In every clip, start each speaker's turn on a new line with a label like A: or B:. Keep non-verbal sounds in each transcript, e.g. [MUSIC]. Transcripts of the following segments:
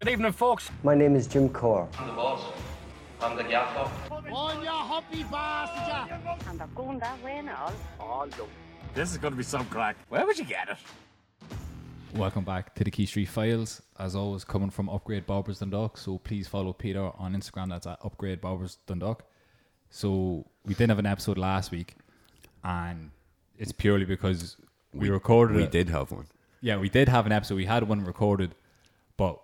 A: Good evening, folks.
B: My name is Jim Core.
C: I'm the boss. I'm the gaffer.
D: and they're going that way and all.
A: This is going to be some crack. Where would you get it?
E: Welcome back to the Key Street Files. As always, coming from Upgrade Barbers Dundalk. So please follow Peter on Instagram. That's at Upgrade Barbers Dundalk. So we didn't have an episode last week, and it's purely because we, recorded
F: We
E: it.
F: did have one.
E: Yeah, we did have an episode. We had one recorded, but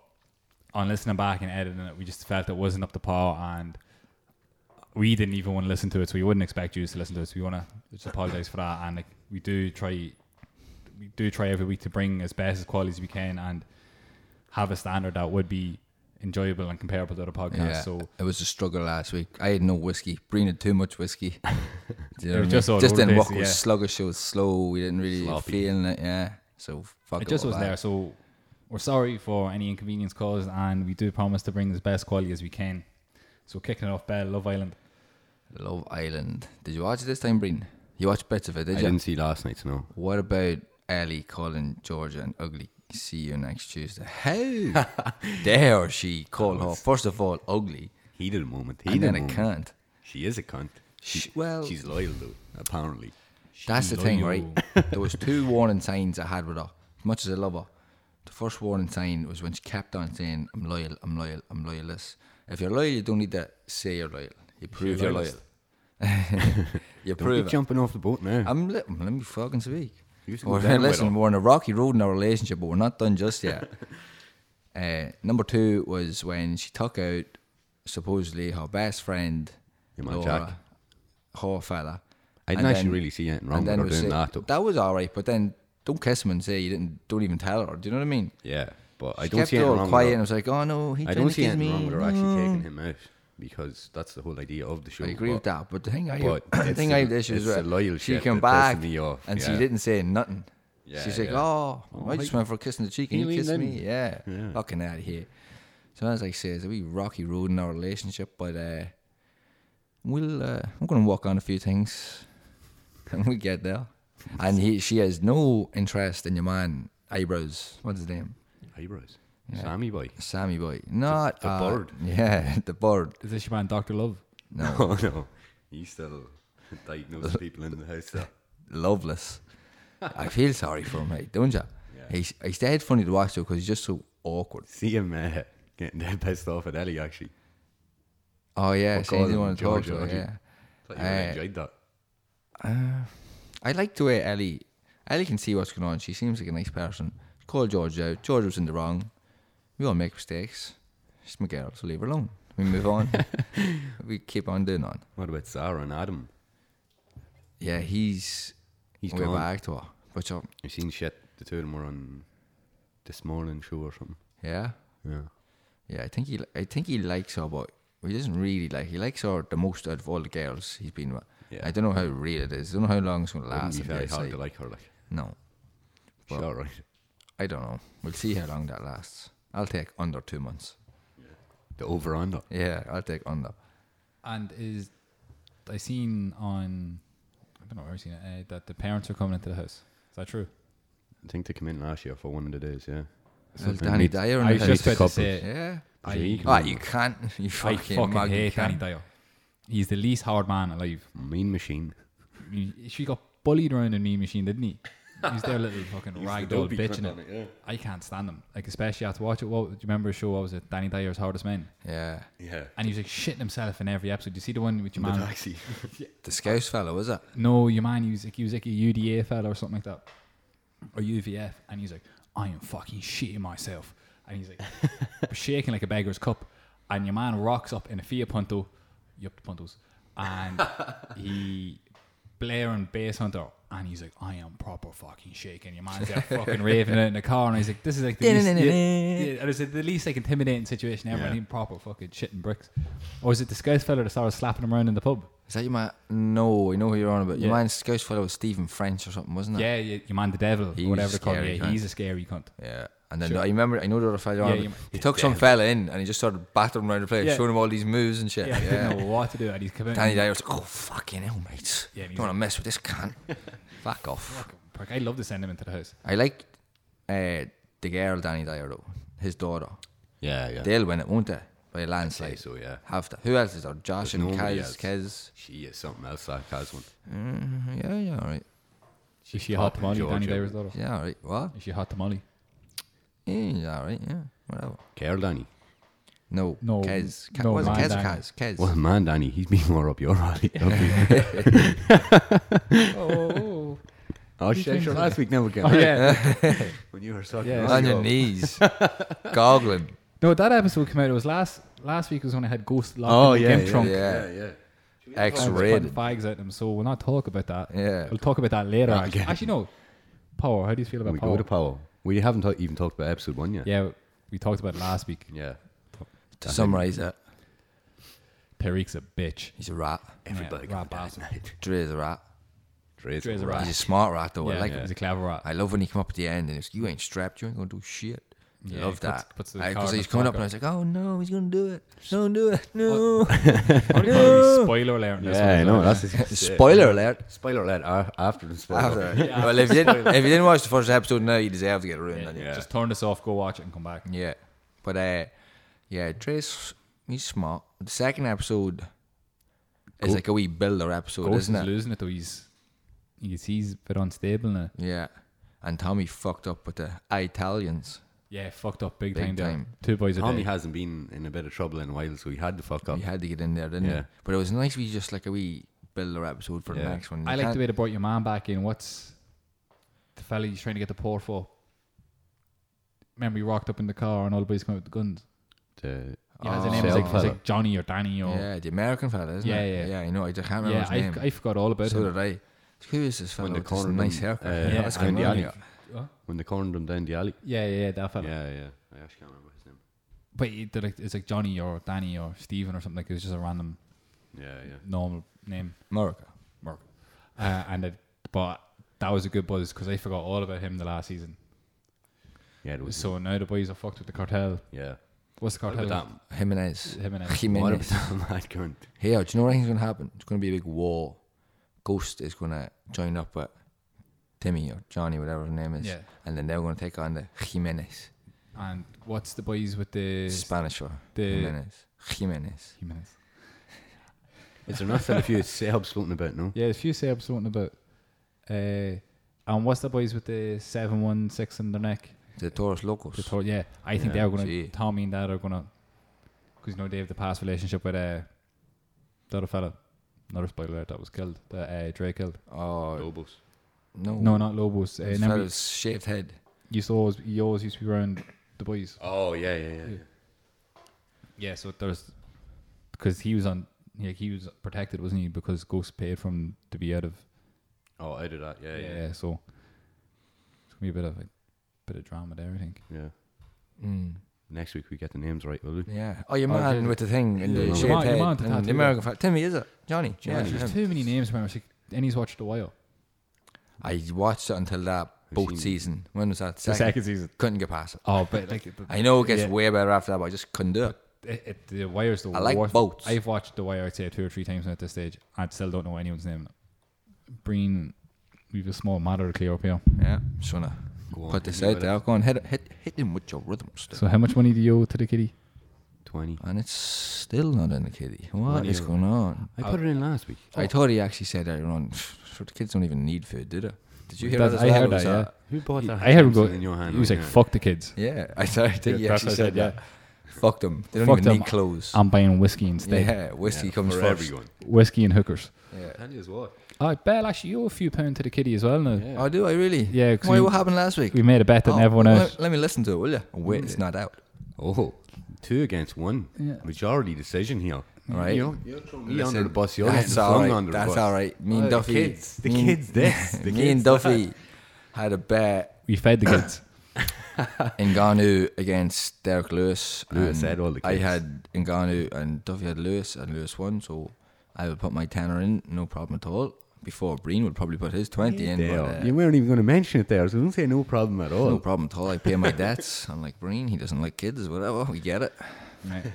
E: on listening back and editing it, we just felt it wasn't up to par, and we didn't even want to listen to it. So we wouldn't expect you to listen to it. So we want to just apologize for that, and like we do try, we do try every week to bring as best as quality as we can, and have a standard that would be enjoyable and comparable to other podcasts. So
G: it was a struggle last week. I had no whiskey. Breen had too much whiskey. [LAUGHS] Do you know what I
E: It was
G: mean?
E: just all over the
G: didn't
E: place,
G: work. It was
E: yeah.
G: sluggish. It was slow. We didn't really feeling it. Yeah. So fuck.
E: it just
G: all
E: wasn't
G: that.
E: there. So we're sorry for any inconvenience caused, and we do promise to bring as best quality as we can. So kicking it off, Bell, Love Island.
G: Love Island. Did you watch it this time, Breen? You watched bits of it, did
F: I
G: you?
F: didn't see last night's no.
G: What about Ellie calling Georgia an ugly? See you next Tuesday. How
E: [LAUGHS]
G: dare she call her first of all ugly,
F: Heated moment.
G: and
F: Heated
G: then a
F: moment.
G: cunt?
F: She is a cunt. She,
G: Sh- well-
F: she's loyal though. Apparently,
G: That's the thing, right?
E: loyal.
G: there was two warning signs I had with her. As much as I love her, the first warning sign was when she kept on saying, "I'm loyal, I'm loyal, I'm loyal." This. If you're loyal, you don't need to say you're loyal. You prove you're loyal. [LAUGHS]
E: loyalist.
G: you
F: don't be
G: prove it.
F: jumping off the boat now.
G: I'm li- let me fucking speak.
F: You should
G: We're-
F: go down with
G: listen,
F: her.
G: we're on a rocky road in our relationship, but we're not done just
F: [LAUGHS]
G: yet. uh, number two was when she took out supposedly her best friend,
F: Your man
G: Laura, her fella.
F: I
G: and
F: didn't actually really see anything
G: and
F: wrong with
G: then
F: her
G: was
F: doing
G: say-
F: that, though.
G: That was all right, but then don't kiss him and say you didn't. Don't even tell her. Do you know what I mean?
F: yeah, but I
G: She
F: don't
G: kept
F: see
G: it
F: anything
G: all
F: wrong.
G: quiet, and I
F: with
G: was like, oh no, he
F: her. I
G: trying
F: don't
G: to
F: see
G: kiss
F: anything
G: me.
F: wrong with her
G: no.
F: actually taking him out because that's the whole idea of the show.
G: I agree with
F: but
G: that, but the thing I
F: but
G: [COUGHS] the
F: it's
G: thing
F: the-
G: I have the issue is
F: it's the
G: that
F: loyal
G: she
F: shit
G: came
F: that pisses
G: back
F: me off,
G: and she
F: yeah.
G: didn't say nothing. She's like,
F: yeah.
G: oh,
F: Oh,
G: I just
F: I-
G: went for a kiss on the cheek and
F: You
G: you,
F: mean
G: kissed
F: them?
G: me. Yeah,
F: Yeah.
G: fucking out of here. So as I say, it's a wee rocky road in our relationship, but uh, we'll uh, we're gonna walk on a few things, [LAUGHS] and we get there. And he, she has no interest in your man eyebrows. What's his name?
F: eyebrows. Sammy boy.
G: Sammy boy. Not
F: the
G: uh,
F: bird.
G: [LAUGHS] Yeah, the bird.
E: Is this your man, Doctor Love?
F: [LAUGHS] No, oh, no, he still
G: [LAUGHS]
F: diagnoses people in the house. Though. [LAUGHS]
G: Loveless. I feel sorry for him, mate, don't you? He's he's dead funny to watch though because he's just so awkward.
F: See him uh, getting dead pissed off at Ellie actually.
G: Oh yeah,
F: What
G: so he
F: colour
G: didn't want to talk
F: Georgia
G: to
F: are
G: her.
F: you?
G: Yeah.
F: Thought you would have
G: Uh,
F: enjoyed that.
G: I like the way Ellie. Ellie can see what's going on. She seems like a nice person. Call George out. George was in the wrong. We all make mistakes. She's my girl, so leave her alone. We move
F: [LAUGHS]
G: on. we keep on doing on.
F: What about Sarah and Adam?
G: Yeah, he's
F: He's
G: way
F: gone.
G: back to her. But um,
F: You've seen shit. The two of them were on this morning show or something.
G: yeah,
F: Yeah.
G: yeah. I think he. I think he likes her, but he doesn't really like. He likes her the most out of all the girls he's been with.
F: Yeah.
G: I don't know how real it is. I don't know how long it's gonna
F: Wouldn't
G: last.
F: be
G: if
F: very
G: it's
F: hard
G: like-
F: to like her. Like,
G: No,
F: she's all right.
G: I don't know. We'll see how long that lasts. I'll take under two months.
F: The over under.
G: Yeah, I'll take under.
E: And is I seen on I don't know where I seen it uh, that the parents are coming into the house. Is that true?
F: I think they came in last year for one of the days. Yeah.
G: Well, Danny Dyer and
E: I was
G: the
F: house
E: just
G: house.
F: to
E: about to
F: couples.
E: say. it.
G: Yeah.
F: So he
G: Ah,
F: came in
G: you can't. [LAUGHS] You
E: I
G: fucking,
E: fucking
G: mug, you
E: hate Danny
G: can't.
E: Dyer. He's the least hard man alive.
F: with a Mean machine.
E: I mean, She got bullied around the knee machine, didn't he? He's their little fucking ragdoll
F: dopey
E: bitch
F: grip
E: in it.
F: on it, yeah.
E: I can't stand him. Like especially after watch it. What do you remember? A show what was it? Danny Dyer's Hardest Men.
G: Yeah.
F: Yeah.
E: And he was like shitting himself in every episode. You see the one with your
F: The
E: man?
F: [LAUGHS] taxi.
G: The Scouse fella, was it?
E: No, your man, he was like, he was like a UDA fella or something like that, or UVF, and he's like, I am fucking shitting myself, and he's like shaking like a beggar's cup, and your man rocks up in a Fiat Punto, yup the Puntos, and he blaring bass hunter, and he's like, I am proper fucking shaking. Your man's there fucking raving out in the car, and he's like, this is like the least, yeah, yeah, and it's like the least like intimidating situation ever,
F: Yeah.
E: and he proper fucking shitting bricks, or is it the Scouse fella that started slapping him around in the pub?
G: Is that your man? No, I know who you're on about. Your
E: Yeah.
G: man's Scouse fella was Stephen French or something, wasn't it?
E: Yeah, yeah, your man the devil,
G: He was a
E: or whatever they call
G: scary
E: him. Yeah,
G: cunt.
E: he's a scary cunt.
G: Yeah. And then I remember, I know the other fella. you're on
E: Yeah,
G: about.
E: you-
G: he took some fella in and he just started battering around the place,
E: Yeah.
G: showing him all these moves and shit.
E: Yeah,
G: Yeah.
E: he didn't [LAUGHS] know what to do, and he's coming.
G: Danny Dyer was like, oh, fucking hell, mate.
E: Yeah, and he's
G: Don't want to mess with this
E: [LAUGHS]
G: cunt. Fuck off.
E: Prick. I love to send him into the house.
G: I like uh, the girl Danny Dyer, though. His daughter.
F: Yeah, yeah.
G: They'll win it, won't they? By a landslide.
F: so, yeah.
G: Have to. Who else is there? Josh
F: There's
G: and
F: nobody
G: Kaz. Kez.
F: She is something else, that Kaz one.
G: Yeah, yeah, all right.
E: Is she a hot
F: fucking
E: tamale, Danny
F: Georgia.
E: Davis daughter?
G: Yeah, all right. What?
E: Is she a hot tamale?
G: Yeah, yeah, all right. Yeah, whatever.
F: Care, Danny.
G: No,
E: No,
G: Kez. Ke-
E: no,
G: was it
E: man,
G: Kez or
E: Danny.
G: Kaz? Kez.
F: Well, man, Danny, he's been more up your [LAUGHS] alley. hasn't he?
E: Oh,
F: oh, shit, sure, last week never came.
E: yeah.
F: [LAUGHS] When you were sucking
E: Yeah.
G: On
E: [LAUGHS]
G: your
F: up.
G: knees, goggling.
E: No, that episode came out. It was last last week was when I had Ghost Lock
F: Oh,
E: and
F: yeah,
E: Gimp
F: yeah,
E: Trunk.
G: Yeah,
F: Yeah, yeah.
E: I was
G: X-rated.
E: putting fags at them, so we'll not talk about that.
G: Yeah.
E: We'll talk about that later.
F: Right,
E: actually.
F: okay.
E: Actually, no. Power, how do you feel about
F: we
E: power?
F: go to Powell. We haven't ta- even talked about episode one yet.
E: Yeah, we talked about it last week.
F: Yeah.
G: To summarize it,
E: Tariq's a bitch.
G: he's a rat.
F: Everybody
E: Yeah,
F: got
E: rat bastard.
G: Dre's a rat.
F: Dre's
E: Dre's a
F: a rat.
E: rat.
G: He's a smart rat though. I
E: Yeah,
G: like
E: he's
G: him.
E: a clever rat.
G: I love when he come up at the end and he's you ain't strapped, you ain't gonna do shit. I
E: Yeah,
G: love
E: he puts-
G: that.
E: puts the card
G: Because
E: in
G: he's
E: the
G: coming up
E: pocket.
G: and I was like, oh no, he's gonna do it.
E: [LAUGHS]
G: Don't do it. No.
E: Probably gonna be spoiler alert. in this one
F: Yeah, I
E: as
F: know.
E: well. [LAUGHS]
F: That's his
G: [LAUGHS] Spoiler alert.
F: Spoiler alert a- after the spoiler.
G: After. [LAUGHS]
F: alert.
G: well, if you, didn't, if you didn't watch the first episode, now you deserve to get ruined. Yeah.
F: Yeah.
E: Just turn this off, go watch it, and come back.
G: yeah. But uh, yeah, Dre's he's smart. The second episode is like a wee builder episode,
E: Ghost
G: isn't
E: is
G: it?
E: losing it though. He's he's he's a bit unstable now.
G: Yeah. And Tommy fucked up with the Italians.
E: Yeah, fucked up big,
G: Big
E: time. there.
G: time.
E: Two boys a
F: Tommy
E: day.
F: hasn't been in a bit of trouble in a while, so he had to fuck up.
G: You had to get in there, didn't
F: Oh. Yeah.
G: you? But it was nice we just like a wee builder episode for the
F: Yeah.
G: next one. You
E: I like
G: can't-
E: the way they brought your man back in. What's the fella he's trying to get the port for? Remember, he rocked up in the car and all the boys come out with the guns.
F: The-
E: Yeah, his
G: Oh.
E: name was
F: Sale
E: like, it was
F: fella.
E: like Johnny or Danny or yeah.
G: Yeah, the American fella, isn't
E: Yeah,
G: it?
E: yeah.
G: Yeah, I know. I just can't remember
E: I,
G: his
E: I
G: name.
E: forgot all about
G: so
E: him.
G: did I. Who is this fella
F: When they
G: with this
F: cornered
G: nice
F: him,
G: haircut?
F: uh,
E: Yeah,
G: that's
E: I
F: down the
E: know.
F: alley.
E: Huh?
F: When they cornered him down the alley.
E: Yeah, yeah, that fella.
F: Yeah, yeah. I actually can't remember his name.
E: But he- they're like, it's like Johnny or Danny or Stephen or something like. It was just a random
F: Yeah, yeah.
E: normal name.
G: America.
E: Mark. Uh, and it, but that was a good buzz because I forgot all about him the last season.
F: Yeah, it was.
E: So now the boys are fucked with the cartel.
F: yeah.
E: What's the
F: What
E: cartel?
F: about
G: Jimenez.
E: Jimenez.
F: that? What
G: Jimenez.
F: about [LAUGHS] that mad cunt?
G: Here, do you know what I think's going to happen? It's going to be a big war. Ghost is going to join up with Timmy or Johnny, whatever his name is.
E: Yeah.
G: And then they're going to take on the Jimenez.
E: And what's the boys with the
G: Spanish for
E: the-
G: Jimenez. Jimenez.
E: Jimenez?
F: Is there not still a few Serbs floating about, no?
E: Yeah, there's a few Serbs something about. Uh, and what's the boys with the seven one six in their neck?
G: The Taurus Locos.
E: The tor- yeah, I think
F: Yeah,
E: they're gonna.
G: see.
E: Tommy and Dad are gonna, because you know they have the past relationship with uh, the other fella. Another spoiler alert, that was killed. That uh, Dre killed.
G: oh,
F: Lobos.
G: no.
E: No, not Lobos. Uh,
G: This
E: remember
G: fella's shaved head.
E: you saw you always used to be around the boys.
F: Oh, yeah, yeah, yeah. yeah.
E: Yeah, so there's because he was on like he was protected, wasn't he? Because Ghost paid for him to be out of
F: Oh, I did that. Yeah,
E: yeah.
F: yeah,
E: so it's gonna be a bit of a bit of drama there, I think.
F: yeah.
G: Mm.
F: Next week we get the names right, will we?
G: Yeah. Oh, your
E: Oh,
G: man
E: Jacob.
G: with the thing and
E: Yeah,
G: the
E: your
G: shaved
E: man- your
G: head.
E: man with the
G: and
E: tattoo.
G: the American fa- Timmy, is it? Johnny. Johnny.
E: There's
G: him.
E: too many names. Remember, she, and he's watched a while.
G: I watched it until that boat
F: seen-
G: season. When was that? Second.
E: season.
G: Couldn't get past it.
E: Oh, but [LAUGHS] like it-
G: I know it gets
E: Yeah.
G: way better after that, but I just couldn't do it.
E: it, it- the Wire's the
G: I like
E: worst.
G: boats.
E: I've watched the Wire, I'd say two or three times now at this stage. I still don't know anyone's name. Breen, we've a small matter to clear up here.
G: Yeah. Just wanna
F: Go on,
G: put this
F: hit me
G: out
F: with
G: there. Go on, hit hit hit him with your rhythm still.
E: So, how much money do you owe to the kitty?
F: 20.
G: And it's still not in the kitty. What
F: Money
G: is
F: or-
G: going on?
F: I put it in last week.
E: Oh.
G: I thought he actually said earlier on, "Pff, the kids don't even need food, do they? Did you hear
E: That's-
G: that? as
E: I
G: well?
E: heard
G: Was
E: that, yeah.
F: Who bought that?
E: I heard him go.
F: Samson in your hand
E: he was
F: right
E: like,
F: now?
E: "Fuck the kids.
G: Yeah, [LAUGHS] I, th- I think he
E: Yeah,
G: actually
E: that's what I
G: said
E: said,
G: that. Fuck them. They don't
E: Fuck
G: even
E: them.
G: need clothes.
E: I'm buying whiskey instead.
G: yeah, whiskey
F: Yeah,
G: comes
F: for
G: first.
F: everyone.
E: Whiskey and hookers."
G: Yeah.
F: Tell you as what.
E: I Bell, actually, you owe a few pound to the kitty as well. Now
G: Oh, do I really?
E: Yeah, 'cause
G: Why,
E: we-
G: what happened last week?
E: we made a bet that
G: Oh,
E: everyone
G: let-
E: else.
G: Let me listen to it, will you? Wait, it's not out.
F: Oh, two against one.
E: Yeah.
F: Majority decision here.
G: Right.
F: You know, you're throwing me
G: Listen,
F: under the bus. You're
G: that's
F: getting
G: all
F: flung
G: right.
F: under the
G: that's
F: bus.
G: all right. Me
F: Oh,
G: and
F: the
G: Duffy.
F: kids- the
G: me and-
F: kids this, the
G: [LAUGHS] me
F: kids
G: and Duffy had a bet
E: We fed the kids.
G: Ngannou against Derek Lewis.
F: Lewis
G: and
F: had Ah, all the
G: I
F: kids.
G: had Ngannou and Duffy had Lewis, and Lewis won, so I would put my tenner in, no problem at all. Before Breen would probably put his 20 in.
F: There.
G: but, uh,
F: you weren't even going to mention it there, so don't say no problem at all.
G: No problem at all. I pay my debts. [LAUGHS] I'm like Breen. He doesn't like kids, whatever. We get it. [LAUGHS]
E: Right.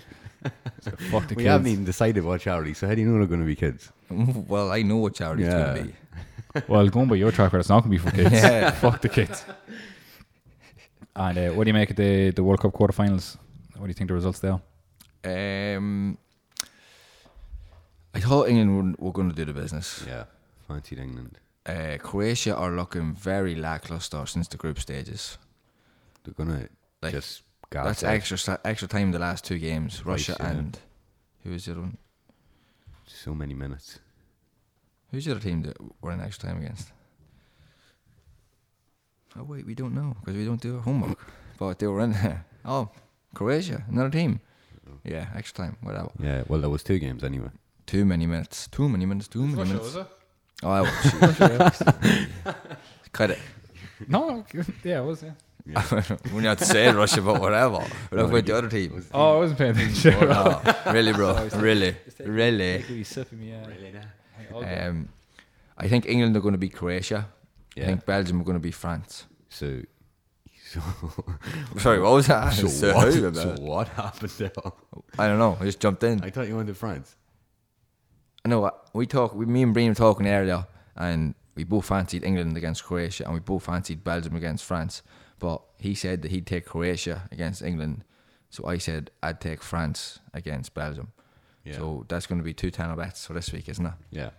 E: So fuck the
F: we
E: kids.
F: haven't even decided what charity, so how do you know they're going to be kids?
G: Well, I know what charity's
F: Yeah.
G: gonna be.
E: Well, going by your track record, it's not going to be for kids. [LAUGHS]
G: Yeah.
E: Fuck the kids. And uh, what do you make of the, the World Cup quarterfinals? What do you think the results there?
G: Um, I thought England were, were going to do the business.
F: Yeah, fancied England.
G: Uh, Croatia are looking very lackluster since the group stages.
F: They're gonna
G: Like,
F: just gas
G: That's
F: it.
G: extra sa- extra time the last two games. Russia
F: yeah.
G: and who was the other one?
F: so many minutes.
G: Who's the other team that we're in extra time against? Oh wait, we don't know because we don't do our homework. But they were in there. Oh, Croatia, another team. Yeah, extra time, whatever.
F: Yeah, well, there was two games anyway.
G: Too many minutes. Too many minutes. Too many minutes.
E: it?
G: Oh, I was.
F: [LAUGHS]
G: Cut it.
E: [LAUGHS] No, [LAUGHS] yeah, it was. Yeah.
G: We're not saying Russia, but whatever. We're not about the other team.
F: [LAUGHS]
E: Oh, I wasn't [LAUGHS] paying attention.
G: Oh, really, bro? Really, really. Um, I think England are going to be Croatia. I
F: Yeah.
G: think Belgium are going to be
F: [LAUGHS]
G: France. [LAUGHS]
F: So, so,
G: Sorry, what was that?
F: [LAUGHS]
G: [LAUGHS]
F: so,
G: So
F: what,
G: who,
F: so
G: man?
F: what [LAUGHS] happened there?
G: I don't know. I just jumped in.
F: I thought you wanted France.
G: I know uh, we talk. We, me and Breen were talking earlier, and we both fancied England against Croatia, and we both fancied Belgium against France. But he said that he'd take Croatia against England, so I said I'd take France against Belgium.
F: Yeah.
G: So that's going to be two tenner bets for this week, isn't it?
F: Yeah.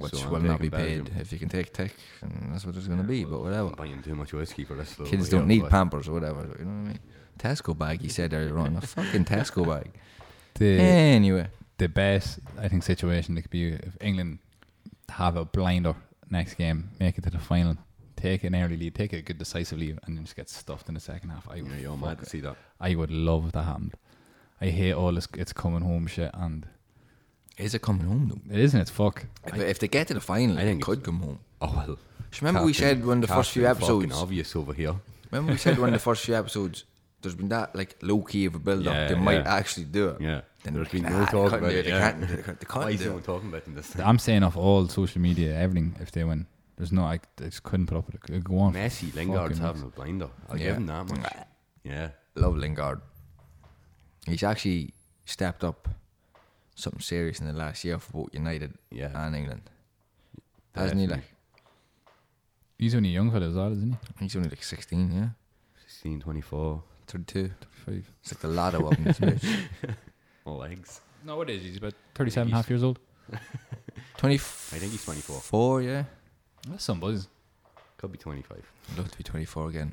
G: Which
F: So I'm
G: will not be
F: taking
G: paid
F: Belgium.
G: if you can take tick, and that's what it's going to be. But
F: I'm
G: whatever.
F: buying too much whiskey for this. though,
G: Kids
F: you
G: don't
F: know,
G: need
F: but-
G: Pampers or whatever. You know what I mean? Tesco bag. He said earlier
F: [LAUGHS]
G: on a fucking Tesco bag.
E: The,
G: Anyway,
E: the best, I think, situation that could be if England have a blinder next game, make it to the final, take an early lead, take a good decisive lead, and then just get stuffed in the second half. I
F: You know,
E: would,
F: you're
E: fuck
F: mad to
E: it.
F: see that.
E: I would love if that happened. I hate all this. It's coming home shit, and
G: is it coming home though?
E: it isn't. It's fuck.
G: If, if they get to the final,
F: I
G: I think
F: think
G: it could
F: it's-
G: come home.
F: Oh well.
G: Just remember we said one of the first few
F: Captain fucking
G: episodes.
F: Obvious over here.
G: Remember we said one of the first few episodes. There's been that like low key of a build up.
F: Yeah,
G: they might
F: yeah.
G: actually do it.
F: Yeah.
G: Then
F: There's
G: they're
F: been
G: like,
F: no
G: "Nah,
F: talk
G: they
F: about it.
G: couldn't do
F: yeah.
G: They can't. They can't, they
F: Why
G: can't
F: is no
G: do
F: one
G: it.
F: talking about them this time?
E: I'm saying off all social media, everything. If they win, there's no. I, I just couldn't put up with it. It'd Go on.
F: Messi, Lingard's having a blinder. I'll
G: Yeah.
F: give him that much. Yeah.
G: Love Lingard. He's actually stepped up something serious in the last year for both United
F: Yeah.
G: and England. Hasn't he? Like
F: Definitely.
E: He's only a young fella as well, isn't he?
G: he's only like 16, yeah,
F: 16, 24.
G: 32.
E: Five.
G: It's like the ladder up in this
F: [LAUGHS]
G: bitch.
F: All eggs.
E: No, it is. He's about 37 half years old.
G: 20. I
F: I think he's 24.
G: Four, yeah.
E: That's some buzz.
F: Could be 25.
G: I'd love to be 24 again.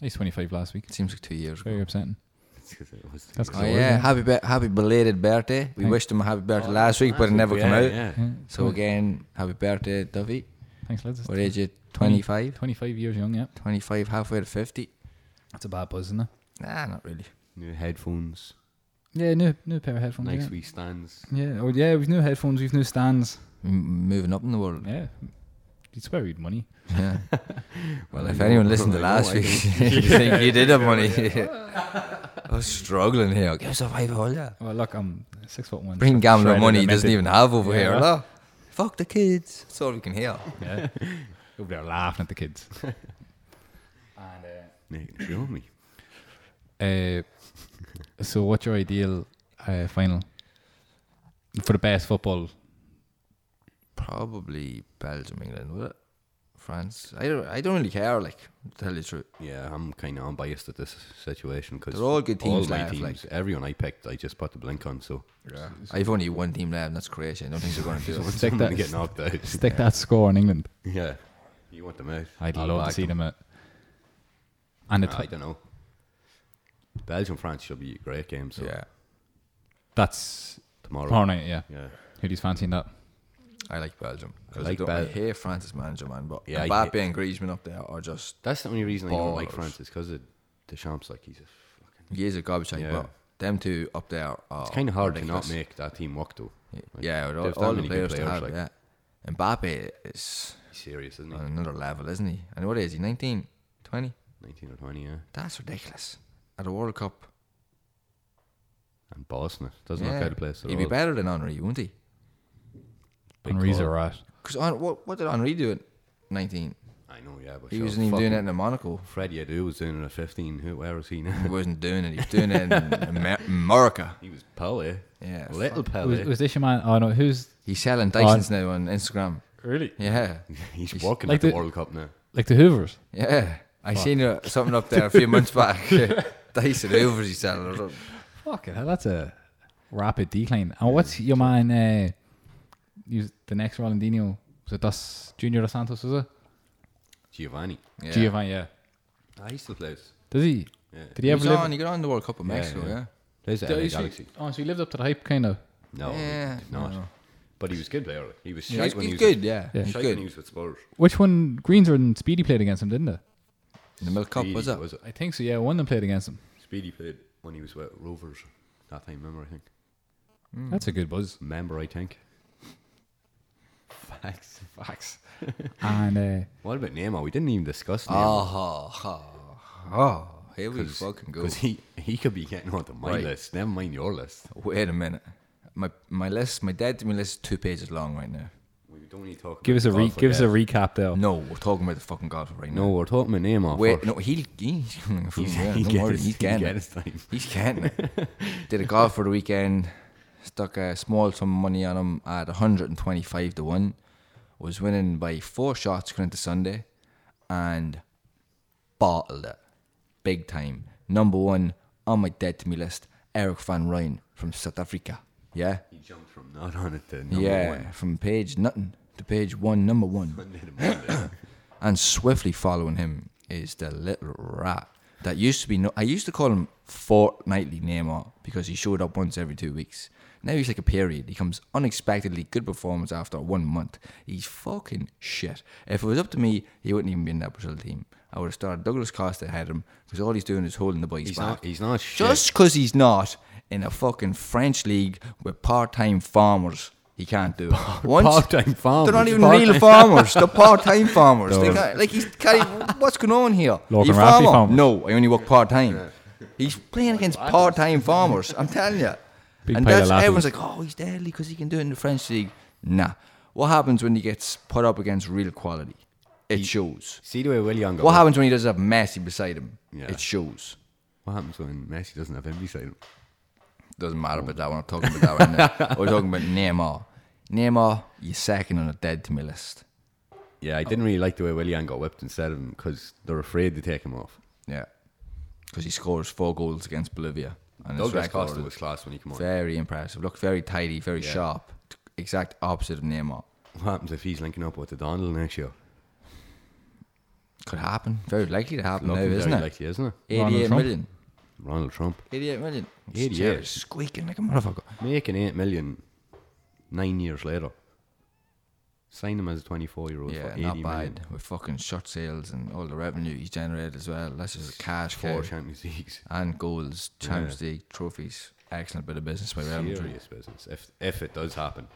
E: He's 25 last week.
G: It seems like two years ago.
E: Very upsetting.
F: It's [LAUGHS] 'cause it was
E: That's
G: Oh
E: So
G: yeah,
E: isn't it?
G: happy be- happy belated birthday. We
E: Thank-
G: wished him a happy birthday last week, but it never came
F: Oh, yeah,
G: out.
F: Yeah.
E: Yeah.
G: So again, happy birthday, Duffy.
E: Thanks, lads.
G: What age you?
E: 20
G: 25?
E: 25 years young, yeah.
G: 25, halfway to 50?
E: That's a bad buzz, isn't it?
G: Nah, not really.
F: New headphones.
E: Yeah, new, new pair of headphones.
F: Nice
E: yeah.
F: wee stands.
E: Yeah, oh, yeah, we've new headphones, we've new stands.
G: M- moving up in the world.
E: Yeah. You'd swear we'd money.
G: Yeah. well,
F: I
G: if
F: know-
G: anyone listened to
F: I know
G: last
F: I
G: week, [LAUGHS] you think you did have
F: [LAUGHS]
G: money. I was struggling here. Give us a five holder.
E: Well, look, I'm six foot one.
G: Bring
E: so
G: gambler
E: shredded
G: money he
E: and
G: doesn't even
E: minted.
G: have over
E: Yeah,
G: here.
E: right.
G: No. Fuck the kids. That's all we can hear.
E: Yeah. Over there laughing at the kids. and uh,
F: Nick, show me.
E: Uh, so, what's your ideal uh, final for the best football?
G: Probably Belgium, England, would it? France. I don't. I don't really care. Like, to tell you the truth.
F: Yeah, I'm kind of unbiased at this situation because
G: They're all good teams,
F: my
G: laugh,
F: teams,
G: like-
F: everyone I picked, I just put the blink on. So
G: I've only one team left, and that's Croatia. I don't think they're going to do it.
E: Stick
F: [LAUGHS] I'm
E: that,
F: gonna get knocked out.
E: stick that score on England.
F: yeah, you want them out?
E: I'd
F: I'll
E: love to
F: back
E: see them out. And the
F: Ah, I
E: tw-
F: don't know. Belgium France should be a great game. So
G: Yeah,
E: that's
F: tomorrow.
E: tomorrow night, yeah.
F: Yeah,
E: Who do you fancy in that?
G: I like Belgium. 'Cause
F: I like
G: don't- I
F: Bel-
G: hate France's manager, man. But
F: Yeah, I
G: Mbappe
F: hate-
G: and Griezmann up there are just
F: that's the only reason I don't like
G: Ballers.
F: France is because of Deschamps. Like he's, a, fucking,
G: years of garbage.
F: Yeah.
G: But them two up there are.
F: it's kind of hard
G: ridiculous.
F: to not make that team work though. Like,
G: Yeah, with all,
F: they've that
G: all the
F: many good
G: players, to have. yeah, Mbappe is
F: he's serious, isn't he?
G: on another level, isn't he? And what is he? 19, 20?
F: Nineteen or twenty, yeah.
G: That's ridiculous. At a World Cup,
F: And Bosnia doesn't
G: yeah.
F: look out of place at
G: he'd
F: all.
G: be better than Henry, wouldn't he?
F: Big
E: Henri's
F: call.
E: a rat.
G: Because what, what did Henri do at 19?
F: I know, yeah, but
G: He
F: sure,
G: wasn't even doing
F: fucking-
G: it in Monaco.
F: Freddie Adu was doing it at 15. Who, where is he now?
G: [LAUGHS] He wasn't doing it. He was doing it in Amer- America.
F: he was Pele.
G: Yeah,
F: Little Pele.
E: Was, was this your man? Oh no, who's
G: He's selling Dysons now on Instagram.
E: really
G: Yeah,
F: [LAUGHS] he's, walking
E: like
F: at the,
E: the-
F: World Cup now.
E: like the Hoovers?
G: yeah. I seen uh, something up there a few months back. Dyson Hoovers he's selling or something.
E: Fucking hell, that's a rapid decline. And what's your man? Uh, you- the next Rolandinho was it Dos Junior Dos Santos? Was it
F: Giovanni.
G: Yeah.
E: Giovanni? Yeah.
F: Ah, he still plays.
E: Does he?
F: Yeah.
E: Did he ever
G: He's
E: live?
G: on, he got on the World Cup in Mexico, yeah.
F: yeah. Plays at
E: Oh,
F: LA
E: so-
F: Galaxy.
E: Oh, so he lived up to the hype, kind of.
F: No,
G: Yeah,
F: he did not.
G: no.
F: But he was a good player. He was
G: He's,
F: shite when he
G: he's
F: was
G: good,
F: With,
G: yeah.
E: Yeah.
G: He's
F: shite
G: good. Oh,
F: when he was with Spurs.
E: Which one? Greenser and Speedy played against him, didn't they?
G: In the Milk Cup,
F: Speedy,
G: was it?
F: Was it?
E: I think so. Yeah, one of them played against him.
F: Speedy played when he was with Rovers. That time, remember? I think.
E: That's a good buzz.
F: Remember, I think. [LAUGHS] Facts. Facts.
E: And uh,
F: What about Neymar? We didn't even discuss
G: Oh,
F: Neymar
G: oh, oh, oh, here we fucking go.
F: because he he could be getting onto my
G: Right.
F: list. Never mind your list.
G: Wait a minute. My my list, my dead to me list is two pages long right now.
F: We don't need to talk.
E: give us a re- give us a recap, though.
G: No, we're talking about the fucking golfer right
F: No,
G: now.
F: we're talking about Neymar.
G: Wait,
F: first.
G: no, he, [LAUGHS] he's,
F: [LAUGHS] He's-
G: yeah,
F: he
G: no
F: gets
G: worries,
F: his-
G: he's
F: he
G: getting
F: gets
G: it.
F: his time.
G: He's getting it. Did a golf for the weekend, stuck a small sum of money on him at 125 to 1, was winning by four shots going into Sunday, and bottled it big time. Number one on my dead to me list, Eric Van Rijn from South Africa. Yeah?
F: He jumped from not on it to number
G: yeah,
F: one.
G: from page nothing to page one, number
F: [LAUGHS]
G: one.
F: Did him on there.
G: [COUGHS] And swiftly following him is the little rat that used to be. No- I used to call him fortnightly Neymar because he showed up once every two weeks. Now he's like a period. He comes unexpectedly good performance after one month. He's fucking shit. If it was up to me, he wouldn't even be in that Brazil team. I would have started Douglas Costa ahead of him because all he's doing is holding the boys
F: He's
G: back.
F: not. He's not shit.
G: Just because he's not in a fucking French league with part-time farmers, he can't do it. Once,
F: part-time farmers.
G: They're not even
F: Part-time-
G: real farmers. They're part-time farmers. They can't, like he's can't- what's going on here?
E: Logan
G: You
E: Rafferty
G: farmer?
E: farmers.
G: No, I only work part-time. He's playing against part-time farmers. I'm telling you.
E: Big
G: and
E: pile of
G: that's
E: lattes.
G: everyone's like, oh, he's deadly because he can do it in the French league. Nah. What happens when he gets put up against real quality? It shows.
F: See the way Willian goes.
G: What happens when he doesn't have Messi beside him?
F: Yeah.
G: It shows.
F: What happens when Messi doesn't have him beside him?
G: Doesn't matter about that one. I'm talking about that right now. We're talking about Neymar. Neymar, you're second on the dead to me list.
F: Yeah, I didn't really like the way Willian got whipped instead of him because they're afraid to take him off.
G: Yeah. Because he scores four goals against Bolivia. And his
F: Douglas
G: record
F: Costa
G: is
F: was class when he came on.
G: very impressive. Looked very tidy, very sharp. T- Exact opposite of Neymar.
F: What happens if he's linking up with the Donald next year?
G: Could happen. Very likely to happen
F: Looking
G: now, isn't
F: very
G: it?
F: likely, isn't it?
E: Ronald
G: 88
E: Trump.
G: million.
F: Ronald Trump
G: 88 million.
F: 88.
G: Chair is Squeaking like a motherfucker.
F: making eight million nine years later. Sign him as a twenty-four-year-old. for
G: Yeah,
F: 80
G: not
F: million.
G: bad. With fucking shot sales and all the revenue he's generated as well. That's just a cash
F: Four
G: cow.
F: Champions Leagues.
G: and goals, Champions League trophies. Excellent bit of business by Real Madrid.
F: Serious business. If if it does happen,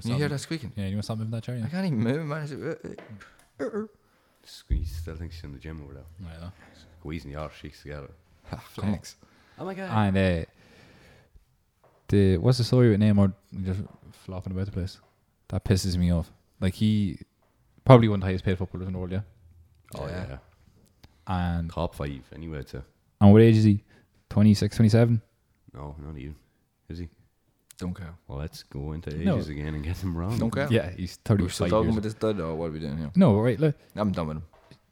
G: Can you hear that squeaking?
E: Yeah, you want something from that chair? Yeah.
G: I can't even move, man. It's, uh, uh,
F: he still thinks he's in the gym over there,
E: Right, though.
F: squeezing the arse cheeks together.
G: Thanks.
F: Oh my god!
E: And uh, the what's the story with Neymar just flopping about the place? That pisses me off. Like he probably one of the highest paid footballers in the world, yeah.
F: oh yeah.
E: And
F: top five anyway. To
E: and what age is he? 26, 27?
F: no, not even. Is he?
G: Don't care.
F: Well, let's go into ages
E: No.
F: again and get them wrong. [LAUGHS]
G: Don't care.
E: Yeah, he's
G: We're
E: 35
G: still
E: years
G: talking about
E: old.
G: this dud, or what are we doing here?
E: No, right, look.
G: I'm done with him.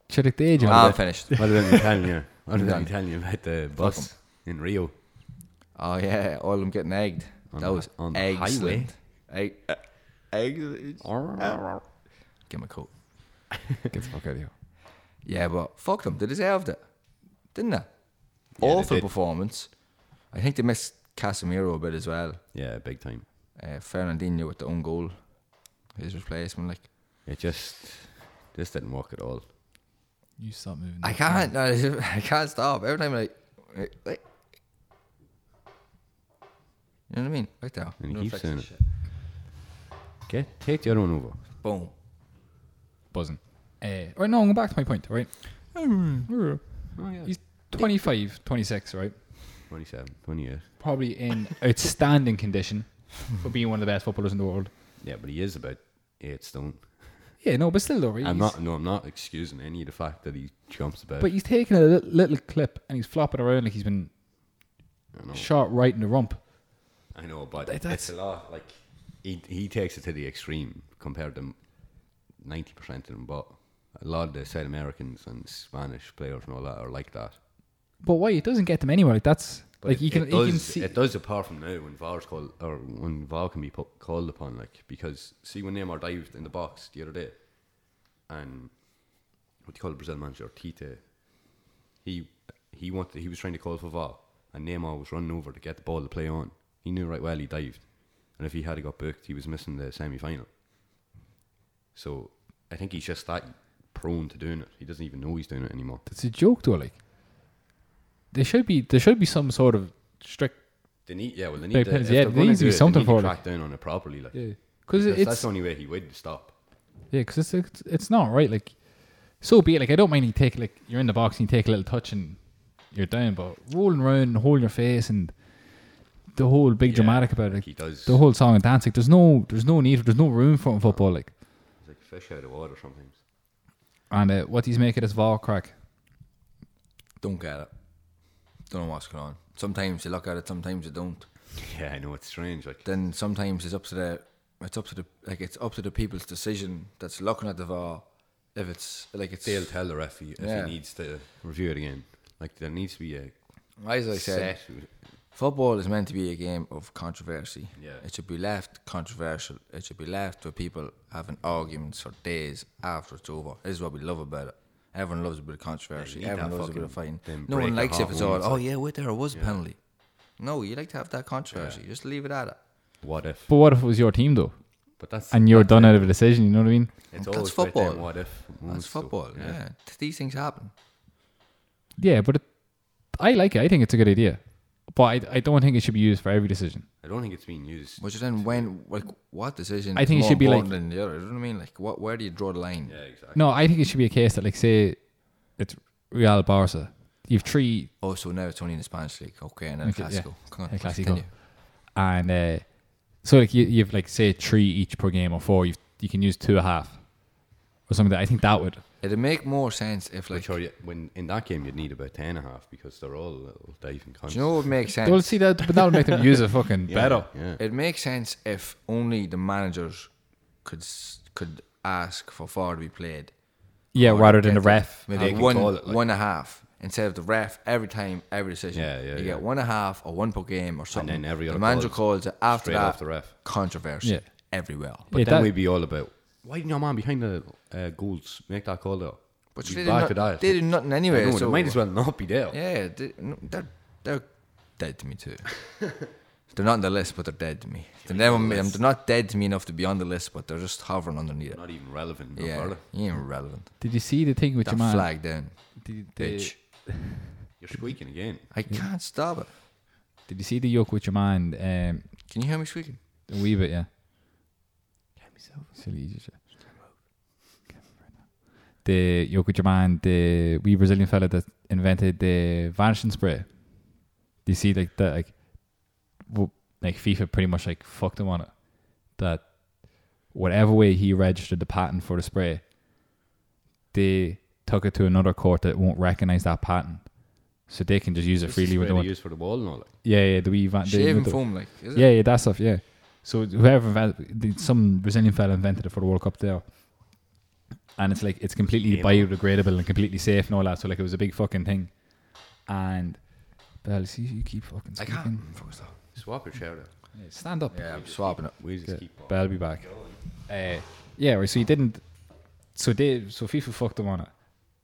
E: Check like the age.
G: Ah,
E: of
G: I'm finished.
F: What did I
E: [LAUGHS]
F: tell you? What did I
G: done.
F: tell you about the bus in Rio?
G: Oh yeah, all of them getting egged.
F: On
G: that
F: the-
G: was
F: on the
G: excellent.
F: highway.
G: Egg, uh, egg. Get my coat.
E: Get the fuck out of here.
G: Yeah, but fuck them. They deserved it, didn't they?
F: they
G: Awful
F: did.
G: performance. I think they missed Casemiro a bit as well.
F: Yeah, big time.
G: Uh, Fernandinho with the own goal, his replacement. Like
F: It just this didn't work at all.
E: You stop moving.
G: I can't, I [LAUGHS] can't stop. Every time I, like, like- you know what I mean? Like that.
F: And he
G: No
F: keeps
G: flexing
F: doing it. Okay, take the other one over.
G: shit. Boom.
E: buzzing. Uh, right, no, I'm going back to my point, right?
G: Hmm. Oh,
E: He's 25, 26, right?
F: 27, 28.
G: [LAUGHS]
E: Probably in outstanding condition for being one of the best footballers in the world.
F: Yeah, but he is about eight stone.
E: Yeah, no, but still, though, right?
F: I'm
E: he's-
F: not. No, I'm not excusing any of the fact that he jumps about.
E: But he's taking a little, little clip and he's flopping around like he's been
F: I know.
E: shot right in the rump.
F: I know, but
E: That- that's-
F: it's a lot. Like he he takes it to the extreme compared to ninety percent of them. But a lot of the South Americans and Spanish players and all that are like that.
E: But why it doesn't get them anywhere? Like that's
F: But
E: like
F: it,
E: you can
F: it
E: you
F: does,
E: can see
F: it does apart from now when VAR's called or when VAR can be pu- called upon, like because see when Neymar dived in the box the other day, and what do you call the Brazil manager Tite, he he wanted he was trying to call for VAR, and Neymar was running over to get the ball to play on. He knew right well he dived, and if he had got booked, he was missing the semi final. So I think he's just that prone to doing it. He doesn't even know he's doing it anymore.
E: it's a joke though. Like there should be there should be some sort of strict
F: They need, yeah, well, they
E: Big
F: need, to,
E: pens,
F: if
E: yeah,
F: they're
E: there
F: gonna
E: needs to
F: do
E: be
F: it, they
E: something
F: need to
E: for it,
F: Crack down on it properly, like.
E: because
F: Because that's
E: it's
F: the only way he would stop.
E: Yeah, because it's, it's it's not right. Like, so be it. Like, I don't mind you take like you're in the box and you take a little touch and you're down, but rolling around and holding your face and the whole big
F: Yeah,
E: dramatic about it, like,
F: He does.
E: the whole song and dance. Like, there's no there's no need. There's no room for it in football. Like,
F: He's like fish out of water sometimes.
E: and uh, what he's making is VAR crack.
G: Don't get it. Don't know what's going on. Sometimes you look at it, sometimes you don't.
F: Yeah, I know it's strange. Like
G: Then sometimes it's up to the it's up to the like it's up to the people's decision that's looking at the VAR. If it's like it's
F: they'll tell the ref he- if
G: Yeah.
F: he needs to review it again. Like there needs to be a
G: as I said,
F: set.
G: Football is meant to be a game of controversy.
F: Yeah.
G: It should be left controversial. It should be left where people having arguments for days after it's over. This is what we love about it. Everyone loves a bit of controversy.
F: you need
G: Everyone
F: that
G: loves a bit of
F: fucking-
G: fighting.
F: them
G: No one
F: break
G: likes
F: the
G: if it's all,
F: heart
G: oh
F: moments,
G: yeah, wait, there was a penalty. No, you like to have that controversy. Just leave it at it.
F: What if?
E: But what if it was your team though,
F: But that's
E: and you're
F: that's
E: done
F: it.
E: out of a decision? You know what I mean?
F: It's
G: That's
F: always about them
G: football.
F: What if?
G: That's
F: moments, so-
G: football. Yeah. Th- These things happen.
E: Yeah, but it, I like it. I think it's a good idea, but I, I don't think it should be used for every decision.
F: I don't think it's being used.
G: Which then when like what decision
E: I think
G: is
E: it
G: more
E: should be, like-
G: important than the other. You know what I mean? Like what where do you draw the line?
F: Yeah, exactly.
E: No, I think it should be a case that like say it's Real Barca. You've three
G: Oh, so now it's only in the Spanish league. Okay, and then
E: Okay, yeah.
G: Classico. Come on,
E: El Clasico.
G: continue.
E: And uh, so like you, you've like say three each per game or four. You you can use two and a half or something. That I think that would.
G: It'd make more sense if like
F: Which are you, when in that game you'd need about ten and a half because they're all little diving cons.
G: Do you know what makes sense?
E: Well, see that, but that would make them use it
G: [LAUGHS]
E: fucking
F: yeah,
E: better.
F: Yeah.
G: It makes sense if only the managers could s- could ask for far to be played.
E: Yeah, rather than the ref.
F: They
G: Maybe
F: can
G: one
F: call it, like-
G: one and a half instead of the ref every time every decision.
F: Yeah, yeah,
G: You
F: yeah.
G: get one and a half or one per game or something.
F: then every
G: the
F: other
G: manager
F: call
G: calls it after
F: straight
G: that.
F: off the ref.
G: Controversy
E: Yeah.
G: everywhere.
F: But
E: Yeah,
F: then
E: that-
F: we'd be all about why didn't your man behind the uh, goals make that call though?
G: But
F: You'd
G: they, did
F: back
G: not,
F: to that.
G: they did nothing anyway.
F: I know,
G: so
F: they might as well not be there.
G: Yeah, they, no, they're they're dead to me
E: [LAUGHS]
G: too. they're not on the list, but they're dead to me. They're, never, um, they're not dead to me enough to be on the list, but they're just hovering underneath it.
F: Not even relevant. no
G: Yeah,
F: further.
G: you ain't relevant.
E: Did you see the thing with
G: That
E: your man?
G: flag down,
E: Did, did,
G: bitch.
F: You're squeaking again.
G: I can't stop it.
E: did you see the yoke with your man? Um,
G: Can you hear me squeaking?
E: a wee bit, yeah. Silly easy shit. The yoke with your man, the wee Brazilian fella that invented the vanishing spray. Do you see like that? Like, w- like FIFA pretty much like fucked him on it. That whatever way he registered the patent for the spray, they took it to another court that won't recognize that patent, so they can just use it
F: This is
E: freely
F: where
E: with the
F: they
E: one.
F: use for the ball and all that.
E: Yeah, yeah, the wee van- the-
G: Shaving
E: the-
G: foam, like, is it?
E: yeah, yeah, that stuff. Yeah. So whoever invented, the- some Brazilian fella invented it for the World Cup there, and it's like it's completely biodegradable and completely safe and all that. So like it was a big fucking thing, and Bell, see you keep fucking.
G: I
E: Speaking.
G: can't. Fuck stop.
F: Swap your chair. out.
E: Yeah, stand up.
G: Yeah, I'm swapping it.
F: We just keep.
E: But I'll be back. Uh, yeah, right. So he didn't. So they. So FIFA fucked him on it,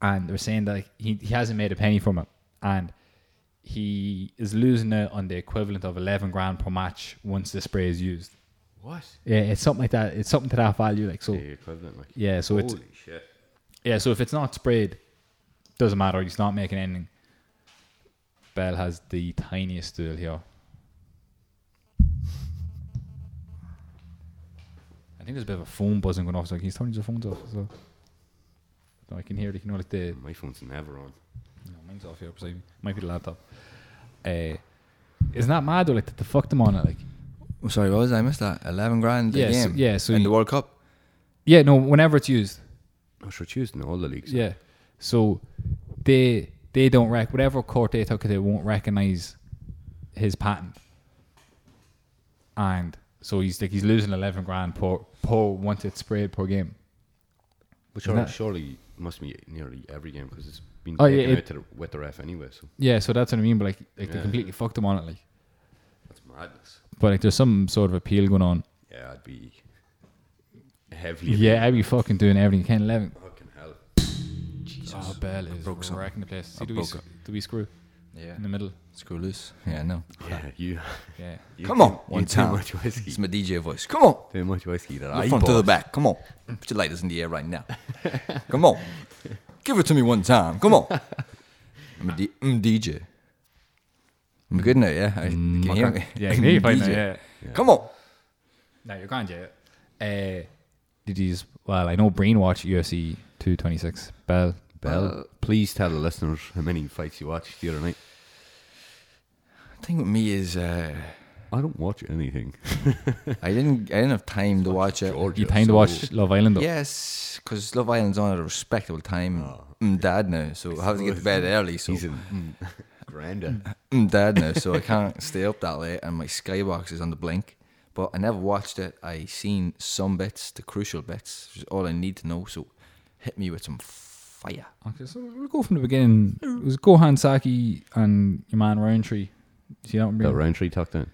E: and they're saying that like, he he hasn't made a penny from it, and he is losing out on the equivalent of eleven grand per match once the spray is used.
F: What?
E: Yeah, it's something like that. It's something to that value. Like so.
F: The
E: Yeah.
F: equivalent, like.
E: so
F: Holy
E: it's
F: shit.
E: yeah. So if it's not sprayed, doesn't matter. He's not making anything. Bell has the tiniest stool here. I think there's a bit of a phone buzzing going off. So he's turning his phones off. So no, I can hear it. You know, like the
F: My phone's never on.
E: no, mine's off here. Precisely. Might be the laptop. Uh, isn't that mad though? Like that they fucked them on it. Like
G: Oh, sorry, what was that? I missed that. Eleven grand a
E: Yeah, so-
G: game.
E: yeah, so
G: in
E: you-
G: the World Cup.
E: yeah, no. Whenever it's used,
F: I should choose in all the leagues.
E: Yeah. So they they don't rec whatever court they took it, they won't recognize his patent. And so he's like he's losing eleven grand per per once it's sprayed per game.
F: Which
E: Isn't
F: are
E: that-
F: surely must be nearly every game because it's been
E: Oh,
F: taken
E: yeah,
F: out
E: it-
F: to the, with the ref anyway, so
E: Yeah, so that's what I mean. But like, like they
F: Yeah.
E: completely fucked them on it. Like,
F: that's madness.
E: but like, there's some sort of appeal going on.
F: Yeah, I'd be heavily.
E: Yeah, I'd be fucking doing everything. Ken Levin.
F: Fucking hell.
E: Oh, Bell is wrecking the place. See, do we,
G: broke
E: sc- do we screw
G: Yeah.
E: in the middle?
G: Screw loose. Yeah,
E: [LAUGHS]
G: no.
F: Yeah, [LAUGHS] you.
E: Yeah.
F: you
G: Come on.
F: too-
G: One
F: you
G: time.
F: Too much whiskey.
G: It's my DJ voice. Come on.
F: Too much whiskey that
G: The
F: I
G: front to the
F: bought.
G: back. Come on. Put your lighters in the air right now. [LAUGHS] Come on. Give it to me one time. Come on. I'm a D- I'm DJ. I'm good now, yeah? I, can you hear me?
E: Mm,
G: [LAUGHS]
E: Yeah,
G: I'm
E: can hear you fine now,
G: DJ.
E: yeah.
G: Come on.
E: No, you can't yet. Uh, did you? Well, I know Breen watched UFC 226. Bell.
G: Uh,
F: Bell, please tell the listeners how many fights you watched the other night.
G: The thing with me is uh,
F: I don't watch [LAUGHS] anything.
G: I didn't I didn't have time to watch it.
F: Georgia,
E: You time to
F: so-
E: watch Love Island though.
G: Yes, because Love Island's on at a respectable time.
E: Ah.
G: I'm dad now, so I have to get to
E: [LAUGHS]
G: bed early. So
F: He's in [LAUGHS] Granda.
G: I'm dead now, so I can't [LAUGHS] stay up that late, and my skybox is on the blink. But I never watched it. I seen some bits, the crucial bits, which is all I need to know. So hit me with some fire.
E: Okay, so we'll go from the beginning. It was Gohan Saki and your man Roundtree. See that one?
F: That
E: Breen?
F: Roundtree tucked in.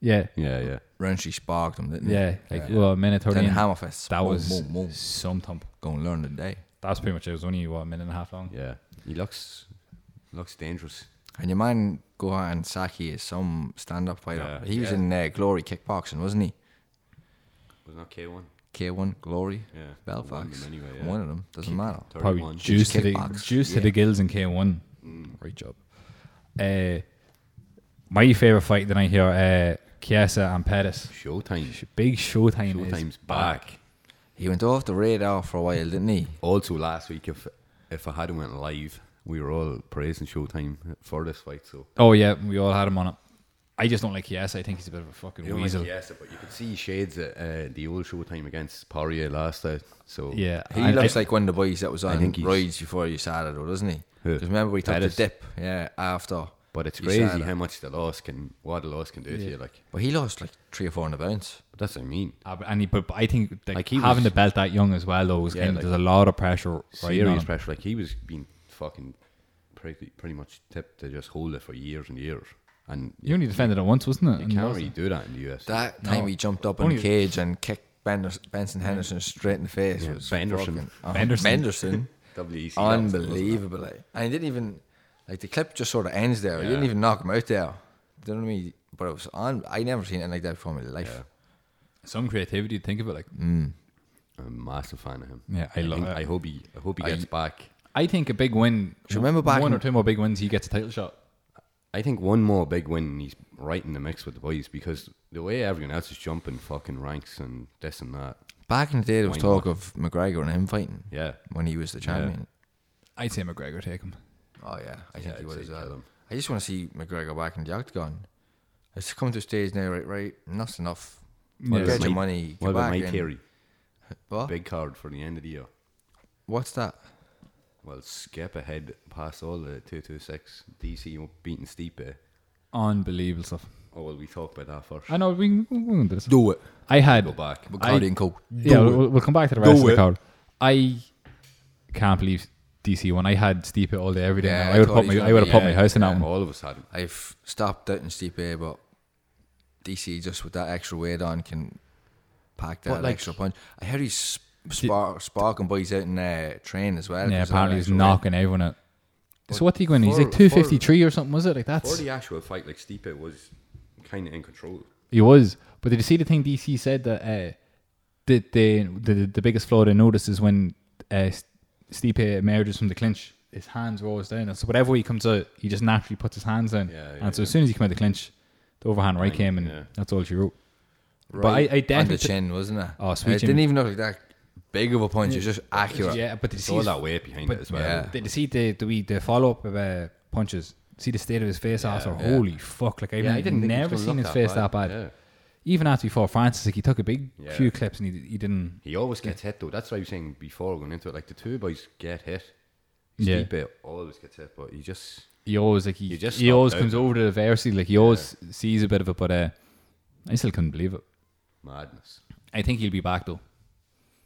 E: Yeah.
F: Yeah, yeah.
G: Roundtree sparked him, didn't
E: Yeah,
G: he?
E: like well, a minute thirty.
G: Then
E: in,
G: Hammerfest.
E: That
G: Boom,
E: was
G: boom, boom.
E: some thump.
G: Going to learn today.
E: That's pretty much it. It was only what a minute and a half long.
F: Yeah. He looks looks dangerous.
G: And your man Gohan Saki is some stand-up fighter.
F: Yeah.
G: he was
F: Yeah.
G: in uh, Glory kickboxing, wasn't he?
F: Was not K1?
G: K1 Glory,
F: Yeah, one of
G: Belfast.
F: them anyway, yeah.
G: One of them doesn't matter.
F: 31.
E: Probably juice to the
G: kickbox.
E: juice to
G: Yeah.
E: the gills in K one. Great job. Uh, my favorite fight of the night here: uh, Chiesa and Pettis.
F: Showtime.
E: Big Showtime. is
F: Showtime's back.
G: He went off the radar for a while, didn't he?
F: Also, last week, if if I hadn't went live, we were all praising Showtime for this fight. So
E: Oh yeah, we all had him on it. I just don't like Chiesa. I think he's a bit of a fucking
F: You know,
E: weasel.
F: like, yes, but you could see shades of uh, the old Showtime against Poirier last out. So
E: Yeah,
G: He
E: I-
G: looks
E: I-
G: like one of the boys that was on
F: think he's-
G: rides before you started, though, doesn't he?
F: Who?
G: Because remember we took the
F: Pettis.
G: dip, yeah, after.
F: But it's
G: you
F: crazy
G: started.
F: how much the loss can, what the loss can do to you. Like,
G: But he lost like three or four in the bounce.
F: but that's what I mean.
E: Uh, but- and he, but but I think like,
F: Like, he
E: having
F: was-
E: the belt that young as well though was
F: Yeah,
E: kind of,
F: like-
E: there's a lot of pressure. Right on
F: Serious
E: him.
F: pressure. Like he was being fucking pretty, pretty much tipped to just hold it for years and years, and you,
E: You only defended it once, wasn't it? And
F: can't
E: lost
F: really
E: it.
F: do that in the US.
G: That time he jumped up in
E: Only-
G: the cage and kicked Benders, Benson Henderson straight in the face. It was
F: Benderson. E
G: fucking- uh,
E: Benderson.
F: [LAUGHS]
G: Benderson.
F: WEC.
G: Unbelievable. like. And he didn't even, like, the clip just sort of ends there. He didn't even knock him out there. Do you know what I mean? But it was on. I never seen anything like that before in my life.
E: Some creativity. Think of it like
F: I'm a massive fan of him.
E: Yeah, I love
F: think-
E: it.
F: I hope he, I hope he gets back.
E: I think a big win.
G: you remember back
E: one
G: in-
E: or two more big wins, he gets a title shot.
F: I think one more big win, and he's right in the mix with the boys because the way everyone else is jumping fucking ranks and this and that.
G: Back in the day, there was
F: Why
G: talk of McGregor and him fighting
F: Yeah,
G: when he was the champion.
E: I'd say McGregor take him.
G: Oh yeah, I think
F: Yeah,
G: he
F: I'd
G: would
F: say
G: as
F: kill
G: well.
F: him.
G: I just want to see McGregor back in the octagon. It's come to a stage now, right? Right, enough's enough.
E: What
G: Get
E: about
G: your
F: Mike-
G: money.
F: What
G: get
F: about
G: back
F: Mike
G: in.
F: Carey?
G: What?
F: Big card for the end of the year.
G: What's that?
F: Well, skip ahead past all the two two six DC beating Stipe.
E: Unbelievable stuff.
F: Oh well, we talked about that first.
E: I know we we can do this.
G: Do it.
E: I had
F: Go back.
G: Bacardi and Coke.
E: yeah, we'll, we'll come back to the rest of the
G: it.
E: card. I can't believe DC one. I had Stipe all day every day.
G: Yeah,
E: now.
G: I
E: I would
G: thought
E: have put
G: he was
E: my I
G: gonna
E: would have
G: be-
E: put my
G: yeah,
E: house in that one.
F: Uh, All of us had him.
G: I've stopped out in Stipe, but DC just with that extra weight on can pack that
F: like-
G: extra punch. I heard he's sp- spar- sparking boys out in uh, train as well.
E: Yeah,
G: 'cause of that
E: apparently he's
G: extra weight.
E: knocking everyone out. So what did he go in? He's
F: for-
E: like two fifty three or something, was it? Like
F: For
E: that's
F: the actual fight, like Stipe was kind of in control.
E: he was. But did you see the thing DC said that uh, that they, the the biggest flaw they noticed is when uh, Stipe emerges from the clinch, his hands are always down. And so whatever way he comes out, he just naturally puts his hands down.
F: Yeah, yeah,
E: and so as soon as he came out of the clinch, the overhand right came, and
F: yeah.
E: that's all she wrote. But I,
G: Right on
E: I
G: the
E: definitely
G: chin, wasn't it?
E: Oh, sweet
G: It
E: chin.
G: didn't even look like that big of a punch. It was just accurate.
E: yeah, but did you
F: It's
E: see
F: all
E: his-
F: that weight behind it as well.
G: yeah.
E: did you see the the, wee- the follow up of uh, punches? See the state of his face after.
G: yeah.
E: Holy fuck! Like I've
F: Yeah, I didn't think he was
E: never
F: gonna
E: seen his
F: look that
E: face
F: bad.
E: that bad.
F: Yeah.
E: Even after he fought Francis, like he took a big
F: Yeah.
E: few clips and he, he didn't.
F: He always gets hit though. That's what I was saying before going into it. Like the two boys get hit.
E: Yeah.
F: Stipe always gets hit, but he just
E: He always like he,
F: You just
E: he always
F: stopped out.
E: comes over to the adversity. Like he always sees a bit of it, but uh, I still couldn't believe it.
F: madness.
E: I think he'll be back though,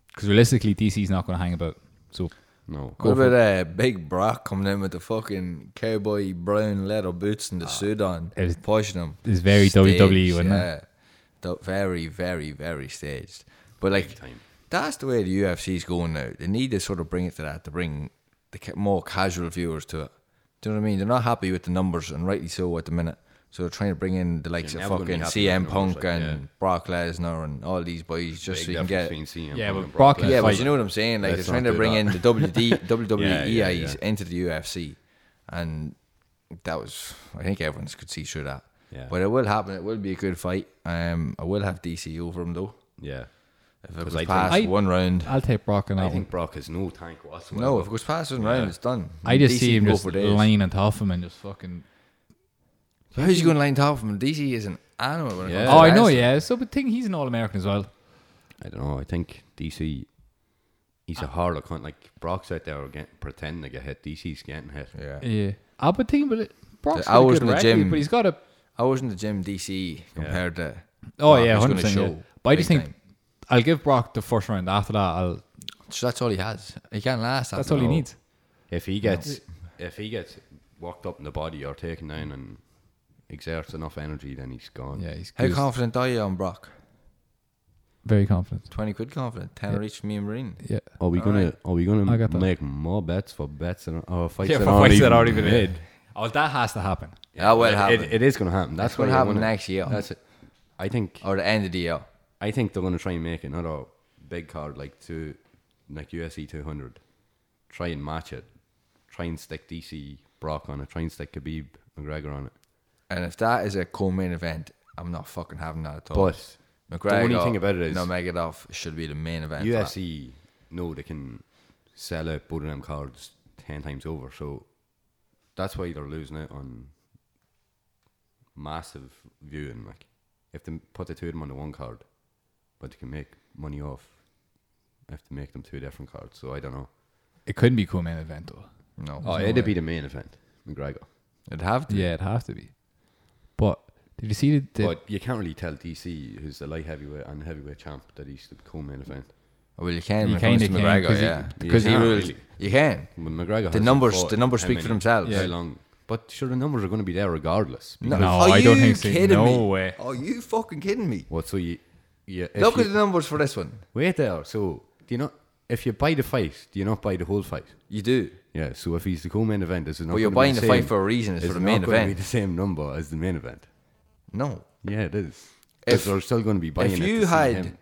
E: because realistically, DC's not going to hang about. So
F: No.
G: What about uh, Big Brock coming in with the fucking cowboy brown leather boots and the suit on,
E: Ah, it was-
G: pushing him?
E: it was very WWE, wasn't it?
G: it? Very, very, very staged. But like,
F: time.
G: that's the way the UFC's going now. They need to sort of bring it to that to bring the ca- more casual viewers to it. Do you know what I mean? They're not happy with the numbers, and rightly so at the minute. So they're trying to bring in the likes
F: Yeah,
G: of
F: everyone be
G: fucking
F: happy
G: CM
F: with the numbers,
G: Punk
F: like,
G: and
F: yeah.
G: Brock Lesnar and all these boys, just so you can get
E: Yeah, but Brock
G: yeah, but
E: fight.
G: you know what I'm saying. Like
F: Let's
G: they're trying
F: not
G: to
F: do
G: bring in
F: that.
G: the
E: [LAUGHS]
G: WD, WWE
F: Yeah, yeah, yeah.
G: E into the UFC, and that was I think everyone could see through that.
F: Yeah.
G: But it will happen. It will be a good fight. Um, I will have DC over him though.
F: Yeah.
G: If it
F: 'Cause
G: was
F: I think-
G: past
E: I-
G: one round,
E: I'll take Brock on that
F: I
E: one.
F: think Brock has no tank whatsoever.
G: no, if it goes past one round, it's done.
E: I just
G: DC
E: see him
G: can go
E: just
G: for days.
E: lying on top of him and just fucking.
G: How's he going to line top of him? DC is an animal when it
F: Yeah.
G: comes.
E: Oh,
G: to
E: I know,
G: wrestling.
E: yeah. So, but thing he's an All American as well.
F: I don't know. I think DC, he's a harder cunt. Like Brock's out there getting, pretending to get hit. DC's getting hit.
G: Yeah.
E: Yeah, I would think, but it- Brock's
G: I
E: got a
G: was
E: good
G: in the
E: record,
G: gym.
E: but he's got a.
G: I was in the gym. DC compared to.
E: Oh
G: Brock,
E: yeah,
G: he's gonna
E: hundred percent. Yeah.
G: show
E: But I just
G: big
E: think
G: time.
E: I'll give Brock the first round. After that, I'll.
G: So that's all he has. He can't last.
E: That's
G: after
E: all he
G: that.
E: needs.
F: If he gets, if he gets walked up in the body or taken down and exerts enough energy, then he's gone.
E: Yeah, he's,
G: How
E: he's
G: confident are you on Brock?
E: very confident.
G: Twenty quid confident. Ten are each for me and Marine.
E: Yeah.
F: Are we gonna? Are we
E: I
F: gonna
E: got that.
F: make more bets for bets and or fights
E: Yeah,
F: that
E: for
F: aren't
E: fights that
F: even
E: already been made. Oh, that has to happen.
G: That will
F: It-
G: happen.
F: It, it is gonna happen. That's
G: That's what
F: why I
G: happened
F: wanna-
G: next year.
F: That's it. I think.
G: or the end of the year.
F: I think they're gonna try and make another big card like two, like USC two hundred. Try and match it. Try and stick DC Brock on it. Try and stick Khabib McGregor on it.
G: And if that is a co-main event, I'm not fucking having that at all.
F: But
G: McGregor,
F: the only thing about it is
G: no Megadoff should be the main event. for that.
F: USC know they can sell out both of them cards ten times over. So that's why they're losing out on massive viewing. Like if they put the two of them on the one card, but they can make money off if they make them two different cards. So I don't know.
E: It couldn't be co-main event though.
G: No,
F: Oh, it'd be the main event, McGregor.
G: it'd have to.
E: Yeah, it'd have to be. But did you see the? the
F: But you can't really tell DC, who's the light heavyweight and heavyweight champ, that he's the co-main event.
G: Well, you can.
E: You
G: when it comes
E: kinda
G: to
E: can,
G: McGregor,
E: 'cause he-
G: yeah,
F: you
G: because he
F: can't
G: rules.
F: really.
G: You can.
F: When McGregor
G: The
F: hasn't
G: numbers-
F: fought
G: the numbers
F: how
G: speak for
F: many-
G: themselves.
F: How
G: Yeah. Mm.
F: long? But sure, the numbers are going to be there regardless.
E: No,
G: are
E: I don't
G: you
E: think so.
G: kidding
E: No
G: me?
E: way.
G: Are you fucking kidding me?
F: What? So you, yeah. if
G: Look
F: you,
G: at the numbers for this one.
F: wait there. So do you not? If you buy the fight, do you not buy the whole fight?
G: You do.
F: Yeah. So if he's the co-main event, this is not.
G: Well, you're
F: gonna be
G: buying the
F: same-
G: fight for a reason. It's for the
F: not
G: main
F: gonna
G: event.
F: Be the same number as the main event.
G: No.
F: Yeah, it is.
G: If-
F: If they're still going to be buying.
G: If
F: it
G: you
F: to see
G: had
F: him.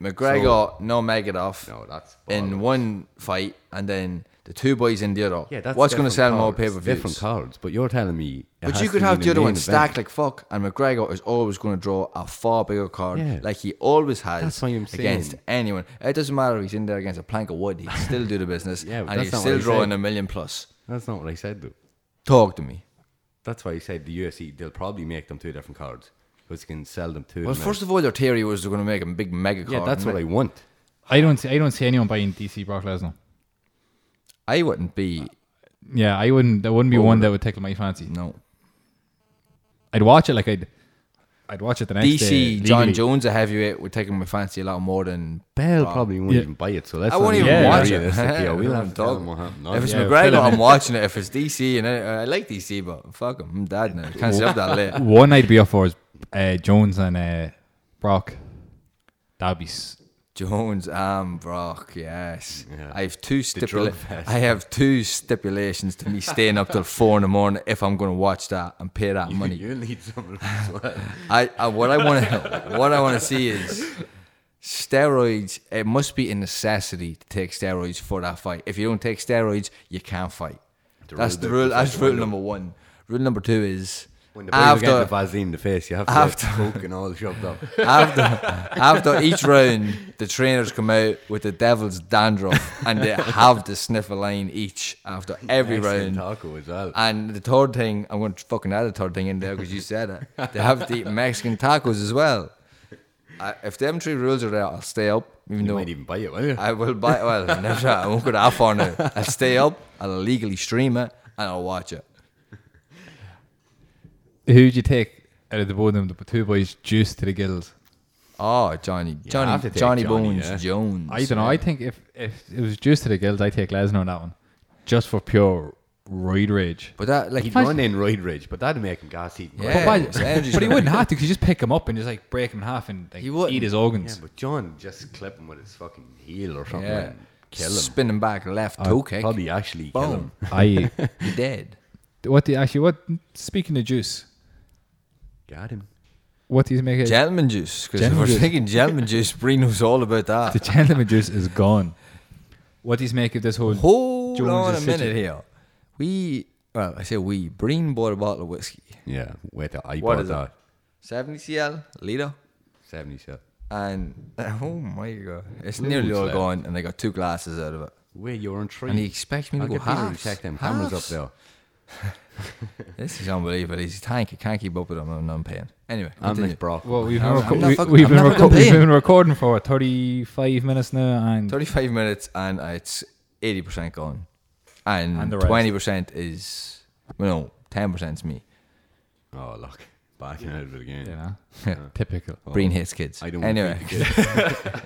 G: McGregor, no Megadoff,
F: no, that's
G: in
F: bollocks.
G: one fight and then the two boys in the other.
F: Yeah, that's
G: what's going to
F: different
G: sell more pay
F: cards,
G: per views?
F: Different cards, but you're telling me. it
G: But
F: has
G: you could
F: to be
G: have the other
F: main
G: one
F: event.
G: stacked like fuck, and McGregor is always going to draw a far bigger card,
F: Yeah.
G: like he always has
F: That's what I'm saying.
G: against anyone. It doesn't matter if he's in there against a plank of wood; he'd still do the business,
F: [LAUGHS] Yeah, but
G: and
F: that's
G: he's
F: not what
G: still
F: he
G: drawing
F: said.
G: a million plus.
F: That's not what I said though.
G: Talk to me.
F: That's why I said the UFC. They'll probably make them two different cards because you can sell them two.
G: Well, first of all, their theory was they're going to make a big mega card.
F: yeah, that's
G: and
F: what I want.
E: I don't see. I don't see anyone buying DC Brock Lesnar.
G: I wouldn't be.
E: Yeah, I wouldn't. That wouldn't be one that would tickle my fancy.
G: No,
E: I'd watch it like I'd. I'd watch it the next
G: DC
E: day.
G: John
E: legally.
G: Jones a heavyweight would take him my fancy a lot more than
F: Bell probably won't
E: Yeah.
F: even buy it, so that's
G: I won't even
E: Yeah, yeah.
G: watch it.
F: realistic.
G: [LAUGHS]
F: Yeah, we'll
G: I'm
F: have to tell
G: dog.
F: them what happened.
G: If it's
E: Yeah,
G: McGregor,
E: fill him
G: I'm
E: in.
G: watching it. If it's DC, and I, I like DC, but fuck him, I'm dad now. Can't sit up that late.
E: [LAUGHS] One I'd be up for is uh, Jones and uh, Brock. That'd be. s-
G: Jones and Brock, yes.
F: Yeah.
G: I have two
F: drug
G: stipula-
F: fest.
G: I have two stipulations to me staying up till four in the morning if I'm going to watch that and pay that money.
F: You need [LAUGHS] someone as well.
G: I, I what I want to what I want to see is steroids. It must be a necessity to take steroids for that fight. If you don't take steroids, you can't fight. that's
F: rule
G: the
F: that-
G: rule.
F: that's
G: That's
F: the
G: rule
F: window.
G: number one. Rule number two is
F: When the boys are getting the
G: after
F: Vaseline in the face, you have to
G: After-
F: get coke and all shoved
G: [LAUGHS]
F: up.
G: after [LAUGHS] after each round, the trainers come out with the devil's dandruff and they have to sniff a line each after every round.
F: Mexican taco as well.
G: And the third thing, I'm going to fucking add a third thing in there because you said it. They have to eat Mexican tacos as well. I, if them three rules are there, I'll stay up. Even
F: You
G: though
F: might even buy it, will you?
G: I will buy. Well, [LAUGHS] never, I won't go that far now. I'll stay up. I'll illegally stream it and I'll watch it.
E: Who'd you take out of the both of them? The two boys juiced to the gills.
G: Oh, Johnny,
F: You
G: Johnny,
F: have to take
G: Johnny,
F: Johnny,
G: Bones
F: yeah.
G: Jones.
E: I don't know. I think if, if it was just to the guild, I'd take Lesnar on that one. Just for pure roid rage.
G: But that, like,
F: He'd run in Roid Ridge, but that'd make him gas eating.
G: Yeah.
E: Why-
G: his energy's
E: but he
G: gonna-
E: wouldn't have to because you just pick him up and just like break him in half and like,
G: He wouldn't.
E: eat his organs.
F: but John just clip him with his fucking heel or something
G: yeah,
F: and kill him.
G: Spin him back left toe kick.
F: Probably actually kill him.
G: Boom.
E: I
G: You're
E: [LAUGHS]
G: dead.
E: what do you, actually what speaking of juice,
F: Got him.
E: what do you make of
G: Gentleman juice. Because if
E: Gentleman
G: we're
E: juice.
G: thinking gentleman juice, Bree knows all about
E: the
G: that.
E: gentleman juice is gone? What do you make of this whole?
G: Hold
E: Jones
G: on a
E: is
G: minute
E: sitting-
G: here. We, well, I say we. Breen bought a bottle of whiskey,
F: Yeah, wait till I
G: What
F: bought
G: is it?
F: that.
G: 70 cl liter,
F: 77.
G: and [LAUGHS] oh my god, it's nearly
F: Loads
G: all
F: left.
G: gone, and I got two glasses out of it.
F: Wait, you're on three.
G: And he expects me to
F: I'll
G: go
F: get Peter
G: halves.
F: check them cameras
G: Halves?
F: up
G: This is unbelievable. He's a tank. He can't keep up with him. I'm not paying. Anyway,
F: there. I'm
G: continue.
F: like Brock.
E: Well, we've been,
G: I'm
E: reco-
G: not
E: we,
G: fucking-
E: we've,
G: I'm
E: been
G: not
E: reco- we've
G: complaining.
E: been recording for what, 35 minutes now, and
G: 35 minutes and it's 80% gone.
E: And
G: And,
E: the rest.
G: 20% is, well, no, 10% is me.
F: Oh, look. Back in out of it again.
E: you know, typical.
G: Breen hates kids.
F: I don't wanna
G: anyway,
F: be the kid.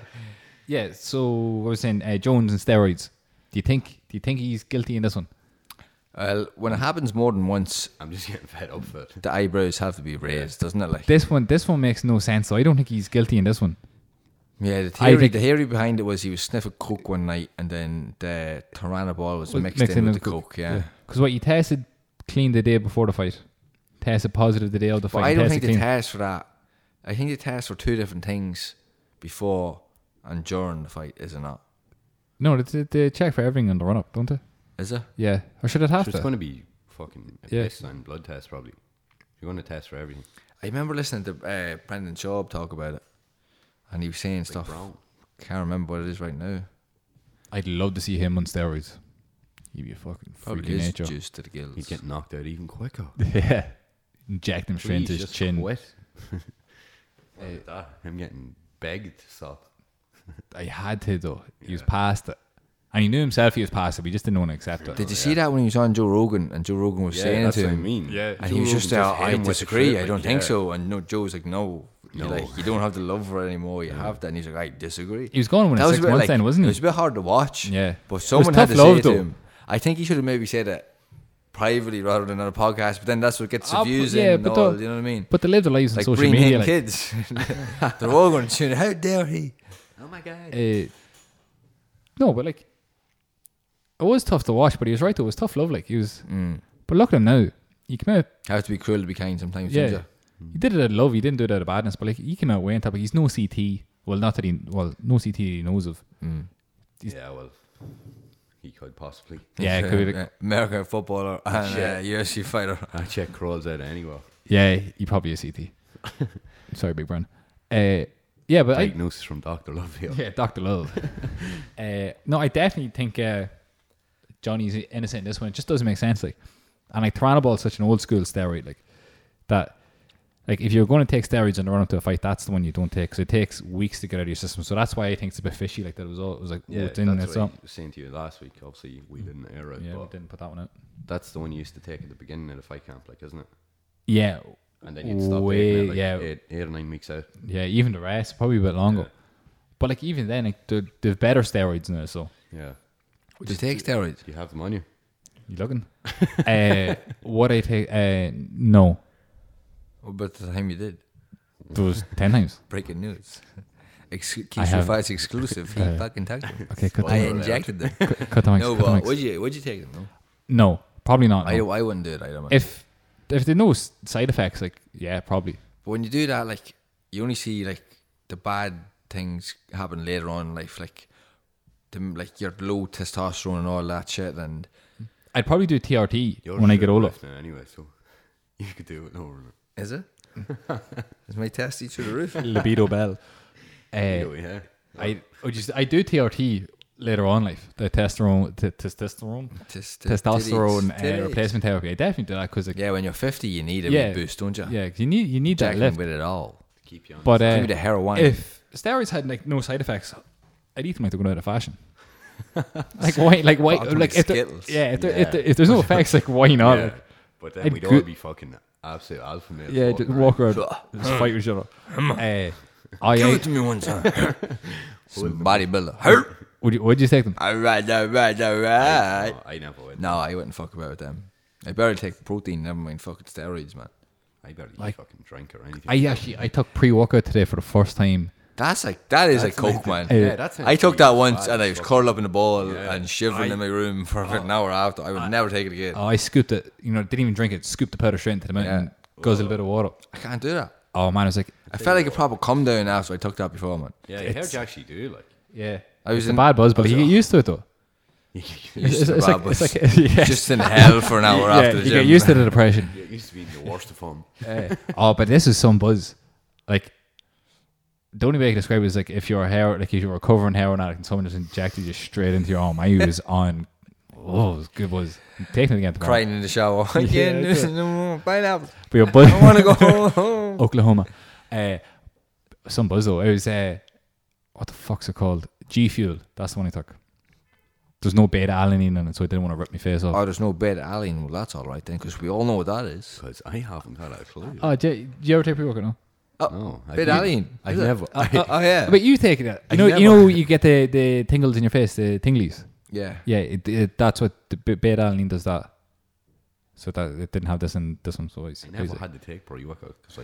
E: Yeah. So I was saying uh, Jones and steroids. Do you think? Do you think he's guilty in this one?
G: [LAUGHS] well, when it happens more than once,
F: I'm just getting fed up with it.
G: the eyebrows have to be raised, doesn't it? Like,
E: This one, this one makes no sense. So I don't think he's guilty in this one.
G: yeah, the
E: I
G: theory,
E: think-
G: the theory behind it was he was sniffing coke one night and then the Tyranobol was
E: Was
G: mixed, in, with the coke, yeah.
E: Because what you tested clean the day before the fight, tested positive the day of the
G: But
E: fight.
G: I
E: and
G: don't
E: tested
G: think they
E: clean.
G: test for that. I think they test for two different things before and during the fight, is it not?
E: no, they, they check for everything on the run up, don't they?
G: Is it?
E: Yeah. Or should it
F: So
E: have
F: [LAUGHS] it's
E: to?
F: going to be fucking a
E: Yeah.
F: piss and blood test, probably. You're going to test for everything.
G: I remember listening to uh, Brendan Schaub talk about it, and he was saying stuff.
F: Brown.
G: Can't remember what it is right now.
E: I'd love to see him on steroids. He'd be a fucking
G: Probably
E: freaking
G: is
E: nature.
G: juice to the gills.
F: He'd get knocked out even quicker.
E: [LAUGHS] Yeah. Inject him straight into
F: Please,
E: his
F: just
E: chin.
F: [LAUGHS] quit. Look at that. Him getting begged to stop.
E: I had to though. He was past it, and he knew himself he was past it. We just didn't want to accept it.
G: Did you see that when he was on Joe Rogan, and Joe Rogan was saying
F: Oh, that's
G: to
F: what I
G: him,
F: mean. Yeah.
G: and he was
F: Joe
G: just,
F: Rogan
G: uh,
F: just hit
G: "I
F: him with the
G: disagree.
F: shit,
G: I
F: like,
G: don't think
F: yeah.
G: so." And no, Joe's like, "No, You're
F: No.
G: like you don't have the love for it anymore. You have that." And he's like, "I disagree."
E: He was gone when it was
G: a
E: six
G: bit
E: months then, wasn't
G: It
E: he?
G: was a bit hard to watch.
E: Yeah. It
G: but
E: was
G: someone had
E: tough
G: to
E: love,
G: say it to
E: though.
G: him. I think he should have maybe said it privately rather than on a podcast. But then that's what gets the
E: Ah,
G: views
E: yeah,
G: in.
E: but
G: and all,
E: the-
G: you know what I mean?
E: But they live their lives on
G: like
E: social
G: green
E: media. Like,
G: kids. [LAUGHS] They're all going to tune. in, How dare he?
F: Oh my god.
E: uh, no, but like, it was tough to watch. But he was right though. It was tough love. Like he was.
G: Mm.
E: But look at him now. He came out.
G: Have to be cruel to be kind sometimes.
E: Yeah.
G: don't you?
E: He did it out of love. He didn't do it out of badness. But like he came out way on top. He's no CT. Well, not that he. Well, no CT that he
G: [LAUGHS]
E: knows of.
F: Yeah, well, he could possibly.
E: Yeah, it could be
G: Yeah, American footballer and uh, UFC fighter.
F: [LAUGHS] I check crawls out anyway.
E: yeah, he probably
G: [LAUGHS]
E: is CT. Sorry, big Brian. Uh, yeah, but I,
F: Diagnosis from Doctor Love here.
E: Yeah, Doctor Love. [LAUGHS] uh, no, I definitely think uh, Johnny's innocent in this one. It just doesn't make sense. Like, and like Tyranobol is such an old school steroid. Like that. Like if you're going to take steroids in the run up to a fight, that's the one you don't take because it takes weeks to get out of your system. So that's why I think it's a bit fishy. Like that it was all it was like oh, it's in and
F: that's
E: it's
F: what
E: out.
F: I was saying to you last week. Obviously, Mm. we didn't air it,
E: Yeah, we
F: but
E: didn't put that one out.
F: that's the one you used to take at the beginning of the fight camp, like, isn't it?
E: Yeah,
F: And then you'd stop
E: Way-
F: taking it like
E: yeah.
F: eight, eight or nine weeks out.
E: yeah. Even the rest probably a bit longer. But like even then, like the the better steroids now. So
F: Yeah.
G: Do you take steroids?
F: Do you have them on you?
E: you [LAUGHS] looking? uh, what I take? Uh, no,
G: What about Oh, the time you did?
E: there was ten times.
G: Breaking news. [LAUGHS] Ex- keeps
E: I
G: your
E: have-
G: fights
E: [LAUGHS]
G: exclusive. He fucking tagged them.
E: Okay, cut
G: I
E: the
G: injected them.
E: Cut the mics.
G: no,
E: cut the
G: but
E: mics.
G: would you would you take them? No?
E: No, probably not.
G: I
E: no.
G: I wouldn't do it. I don't. Mind.
E: Oh. If if there's no s- side effects, like yeah, probably.
G: but when you do that, like you only see like the bad things happen later on in life, like the, like your low testosterone and all that shit, and
E: I'd probably do TRT
F: You're
E: when I
F: shit
E: get older.
F: left now anyway, so [LAUGHS] you could do it over.
G: is it? is my testy through the roof?
E: Libido bell.
F: Oh,
E: Uh,
F: yeah.
E: I I just I do TRT later on in life. The testosterone, t- testosterone,
G: Tes- tes-
E: testosterone
G: titties,
E: uh,
G: titties.
E: replacement therapy. I definitely do that because like, yeah,
G: Yeah, when you're 50, you need a wee boost, don't you?
E: Yeah, 'cause you need you need
G: Jack
E: that lift.
G: with it all.
F: Keep you on.
E: But
G: Give
E: uh,
G: me the heroin.
E: if steroids had like no side effects, I'd eat them like they're going out of fashion. [LAUGHS] like why? Like why?
G: Fucking
E: Like if there,
G: Skittles.
E: yeah, if, there,
F: Yeah.
E: if, there, if there's no effects,
G: [LAUGHS]
E: like why not?
F: yeah.
E: Like,
F: But then
E: I'd
F: we'd
E: go-
F: all be fucking absolute alpha males.
E: Yeah,
F: walking
E: just
F: around.
G: Hmm.
E: walk around, just fight with each other. Uh, I
G: Give it
E: ate.
G: to me one time. [LAUGHS] Some bodybuilder. Hurt.
E: Would you, would you take them?
G: All right, all right, all right.
F: No, I never would.
G: No, I wouldn't fuck about with them. I barely take protein, never mind fucking steroids, man.
F: I barely fucking drink or anything.
E: I uh, actually I took pre workout today for the first time.
G: That's like that is a coke, man.
E: Yeah,
F: that's
G: I took that once and I was
F: called.
G: curled up in a ball and shivering in my room for about an hour after. Oh. I would never take it again.
E: Oh, I scooped it. You know, didn't even drink it. Scooped the powder straight into the mouth and guzzled a bit of water.
G: I can't do that.
E: Oh man, I was like,
G: I felt like a proper come down after I took that before, man.
F: Yeah, I heard you actually do like.
E: yeah,
G: I was
E: it's a
G: in-
E: bad buzz, but you get used to it though.
G: Used to
E: it's
G: bad
E: like- it's
G: buzz.
E: like- yeah.
G: Just in hell for an hour
E: [LAUGHS] yeah,
G: after the
E: you
G: gym.
E: get used to
G: [LAUGHS]
E: the depression.
F: It used to be the worst of them. [LAUGHS]
E: Eh. oh, but this is some buzz. Like the only way I can describe it is like if you're a hair, like if you were a covering heroin addict and someone just injected you straight into your arm. I
G: [LAUGHS]
E: was on. Oh, it was good buzz. Take me again tomorrow.
G: Crying in the
E: [LAUGHS]
G: shower. I can't [LAUGHS]
E: that's
G: do no more pineapple.
E: But your buzz.
G: I want [LAUGHS] to go home.
E: [LAUGHS] Oklahoma. Uh, some buzz though. It was uh, what the fuck's it called? G Fuel. That's the one I took. There's no beta alanine in it, so I didn't want to rip my face off.
G: Oh, there's no bed alley. Well, that's all right then, because we all know what that is.
F: Because I haven't had a clue.
E: Oh, do, you- do you ever take pre workout? No.
F: no, I
G: Bed
F: didn't.
G: alley.
F: I
G: is it?
F: never.
G: [LAUGHS] Oh, oh, yeah.
E: But you take it. uh,
F: I
E: You know, you
F: never-
E: know, you get the, the tingles in your face, the tinglies.
G: Yeah.
E: Yeah, it, it, that's what the b- beta alanine does. That. So that it didn't have this in this one. So it's,
F: I never
E: it's-
F: had to take pre workout because I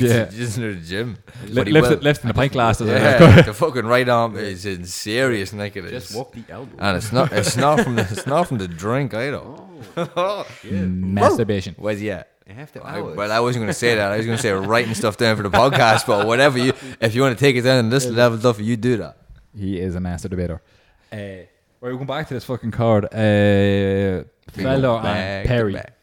E: [LAUGHS] Yeah.
G: Just in the gym.
E: Le-
G: But he
E: left,
G: will.
E: it, left in the pint glass. doesn't it? [LAUGHS]
G: Yeah, the fucking right arm is in serious nick of
F: Just
G: this.
F: walk the elbow.
G: And it's not it's not from the it's not from the drink either.
E: Oh. Masturbation.
G: Where's he at?
F: Half the
G: I,
F: hours.
G: but I wasn't gonna say that. I was gonna say writing stuff down for the podcast, but whatever you if you wanna take it down to this level stuff, you do that.
E: He is a master debater. Uh, right, we're going back to this fucking card. Uh, Felder
G: Back
E: and
G: to
E: Perry.
G: back.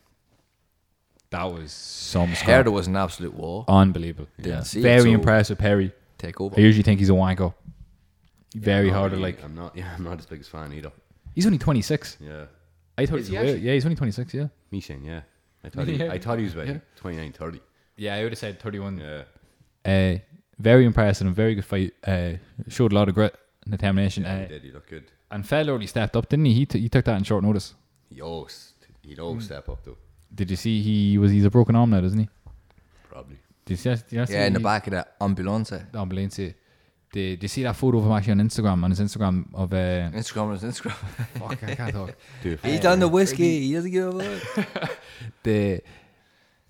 E: That was some score.
G: Herder was an absolute war.
E: Oh. Unbelievable.
G: Didn't see it,
E: Very
G: so-
E: impressed with Perry.
G: Take over.
E: I usually think he's a wanker. Very
F: Not
E: hard to
F: really.
E: like.
F: I'm not. [LAUGHS] Yeah, I'm not his biggest fan either.
E: He's only 26.
F: Yeah,
E: I thought he was way, Yeah, he's only 26, yeah.
F: me saying yeah. I thought he,
E: Yeah.
F: I thought he was about 29, 30.
E: Yeah, I would have said 31.
F: Yeah,
E: Uh, very impressive and very good fight. Uh, showed a lot of grit and determination.
F: yeah he
E: uh,
F: did. He looked good.
E: and Felder only stepped up, didn't he? He, t- he took that in short notice.
F: He always, he'd always step up though.
E: Did you see he was he's a broken arm now, doesn't he?
F: Probably.
E: Did you see, that- did you not see
G: Yeah, in the
E: he-
G: back of that ambulance. eh?
E: ambulance. eh? They, they see that photo of him actually on Instagram, on his Instagram of uh,
G: [LAUGHS] Instagram is Instagram.
E: fuck, I can't talk.
F: Dude,
G: He's done the whiskey, he doesn't give a
E: [LAUGHS]
G: fuck.
E: The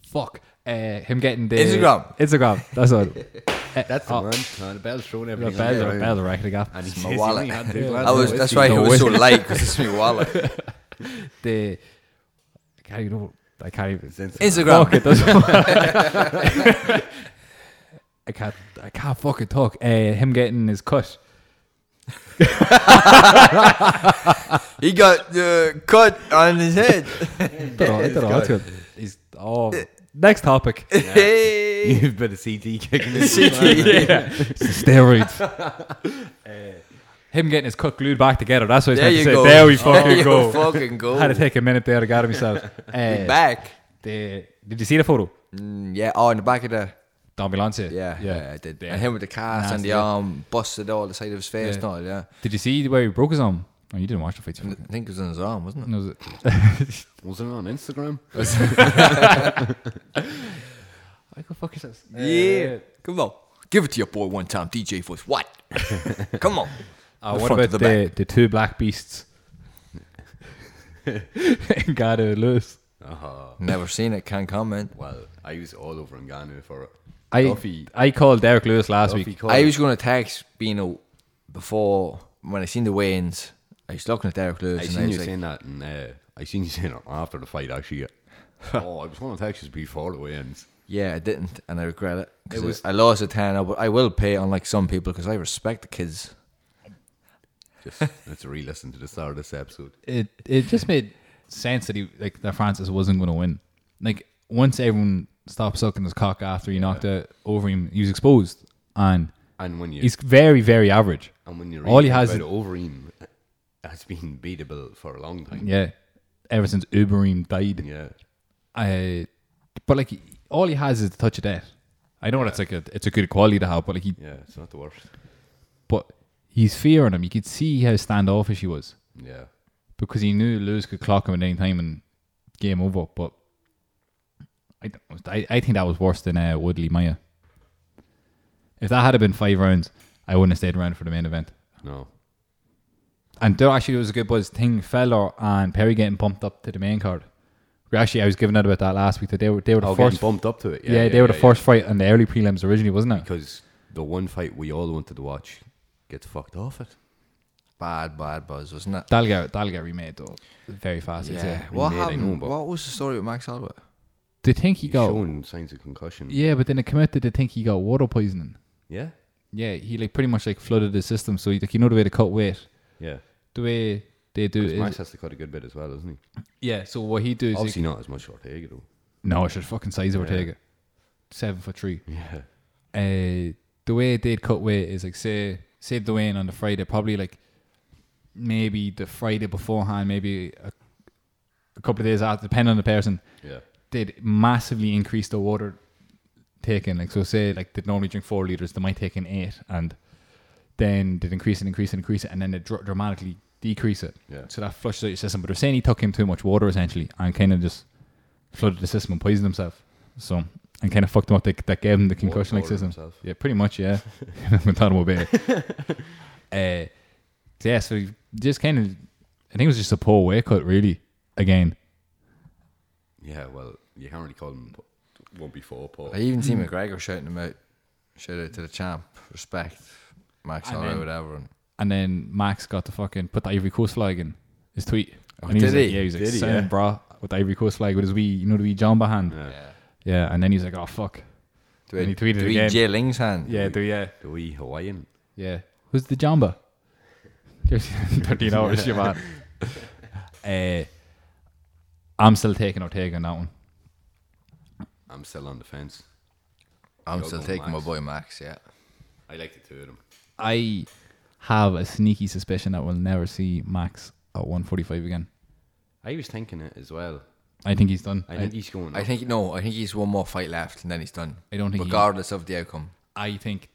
E: fuck, uh, him getting the
G: Instagram.
E: Instagram. That's
G: [LAUGHS]
E: what.
F: that's the
E: oh.
F: one. Uh, the bell's thrown
E: The
F: everything. on
E: bells
F: the
E: are
F: ground.
E: bells are racking up.
F: And he's
G: My wallet.
F: I
G: I was that's why it
E: The
G: was so
E: whiskey.
G: light because it's my wallet.
E: The I can't even. know- I can't even.
G: [LAUGHS] [LAUGHS] Instagram.
E: Fuck, it doesn't. [LAUGHS] I can't. I can't fucking talk. Uh, him getting his cut.
G: He got the cut on his
E: [LAUGHS]
G: head. [LAUGHS]
E: Don't know, I don't know what's good. He's oh. Next topic.
G: Hey.
F: [LAUGHS] You've been a CT kicking this.
E: steroids.
G: [LAUGHS]
E: Uh, Him getting his cut glued back together. That's what he's
G: There
E: meant to
G: you
E: say.
G: go.
E: There
G: There
E: we fucking
G: you
E: go.
G: [LAUGHS] fucking go.
E: Had to take a minute there to get
G: [LAUGHS]
E: him himself. Eh,
G: back.
E: the- did you see the photo?
G: Mm, yeah. Oh, in the back of the
E: The ambulance. here.
G: yeah, yeah, I did.
E: Yeah. Uh,
G: And him with the cast and the
E: Nasty.
G: arm busted all the side of his face.
E: Yeah.
G: Yeah. Not yeah.
E: Did you see where he broke his arm? Oh, you didn't watch the fight. you
G: I
E: fucking-
G: think it was in his arm, wasn't it?
E: No,
G: [LAUGHS]
E: was it-
F: Was it on Instagram?
E: I go fuck yourself.
G: Yeah. Come on, give it to your boy one time, DJ Voice. What?
E: [LAUGHS]
G: Come on.
E: Uh,
G: The
E: what
G: front
E: about
G: of
E: the,
G: the
E: the, two black beasts? [LAUGHS] Got it, Lewis.
F: Uh-huh.
G: Never seen it. Can't comment.
F: Well, I was all over Ngannou for it.
E: I
F: Duffy,
E: I called Derek Lewis last
F: Duffy
E: week.
F: called
G: I
F: him.
G: was going to text Bino before when I seen the weigh-ins. I was looking at Derek Lewis
F: I
G: and I
F: seen you
G: was like,
F: saying that, and uh, I seen you saying it after the fight. Actually, oh, I was going to text you before the wins.
G: "Yeah, I didn't," and I regret it. 'cause I lost a ten, but I will pay. Unlike some people, because I respect the kids.
F: Just let's re-listen to the start of this episode.
E: it it just made sense that he like that Francis wasn't going to win. Like once everyone stopped sucking his cock after he knocked it over him, he was exposed, and
F: And when you
E: he's very very average.
F: and when you
E: all he has, is,
F: about Overeem has been beatable for a long time.
E: yeah, ever since Uberim died.
F: Yeah,
E: I, but like all he has is the touch of death. I know that's like a it's a good quality to have, but like he
F: yeah, it's not the worst.
E: but he's fearing him. You could see how standoffish he was
F: Yeah,
E: because he knew Lewis could clock him at any time and game over. But I don't, know, I, I think that was worse than uh, Woodley Maya. If that had been five rounds, I wouldn't have stayed around for the main event.
F: No.
E: And there actually was a good buzz thing. Feller and Perry getting bumped up to the main card. We Actually, I was giving out about that last week. That they were they were the
F: Oh, getting
E: first.
F: bumped up to it.
E: yeah,
F: Yeah,
E: they were the first fight in the early prelims originally, wasn't it?
F: Because the one fight we all wanted to watch gets fucked off it.
G: Bad, bad buzz, wasn't it?
E: That'll get that'll get remade though, very fast. I'd say.
G: What
F: made it known,
G: happened?
F: but-
G: What was the story with Max Holloway?
E: They think he
F: He's
E: got
F: showing signs of concussion.
E: yeah, but then it came out that they think he got water poisoning.
F: Yeah.
E: Yeah, he like pretty much like flooded the system. So he, like you know the way to cut weight,
F: Yeah.
E: the way they do it
F: Because Max
E: is
F: has to cut a good bit as well, doesn't he?
E: yeah. So what he do is like,
F: Obviously not as much as Ortega
E: [LAUGHS]
F: though.
E: no, I should fucking size Ortega, seven foot three.
F: Yeah.
E: uh, the way they'd cut weight is like say say Dwayne on the Friday, probably like maybe the Friday beforehand, maybe a, a couple of days after, depending on the person,
F: Yeah.
E: they'd massively increase the water taken. Like so, say like they'd normally drink four liters, they might take in eight, and then they'd increase and increase and increase it, and then they dr- dramatically decrease it.
F: Yeah.
E: So that flushes out your system. But they're saying he took in too much water essentially, and kind of just flooded the system and poisoned himself. So and kind of fucked him up. They, that gave him the concussion like
F: water
E: system.
F: himself.
E: Yeah, pretty much. Yeah, [LAUGHS] Guantanamo Bay.
F: [LAUGHS]
E: uh, yeah, so he just kind of, I think it was just a poor haircut, really. Again,
F: Yeah, well, you can't really call him p- one before Paul.
G: I even see McGregor shouting him out. Shout out to the champ. Respect. Max
E: And
G: Holloway,
E: then-
G: whatever. And
E: and then Max got the fucking put the Ivory Coast flag in his tweet.
G: Oh,
E: and he was
G: did
E: like,
G: he?
E: Yeah, he was like,
F: Did he,
E: "Sound,
F: yeah."
E: brah," with the Ivory Coast flag with his wee, you know, the wee jamba hand. Yeah,
F: yeah.
E: and then he's like, oh fuck.
G: do
E: And
G: we,
E: he tweeted
G: do we
E: again.
G: Jay Ling's hand?
E: Yeah, do yeah,
F: The wee Hawaiian.
E: yeah. Who's the jamba? [LAUGHS] There's Thirteen hours, you man. [LAUGHS] Uh, I'm still taking Ortega on that one.
F: I'm still on the fence.
G: I'm
F: Go
G: still
F: go
G: taking my
F: Max.
G: boy Max, yeah.
F: I like the two of them.
E: I have a sneaky suspicion that we'll never see Max at 145 again.
F: I was thinking it as well.
E: I think he's done.
F: I think he's going.
G: I
F: up.
G: think no, I think he's one more fight left and then he's done.
E: I don't think he-
G: regardless of the outcome.
E: I think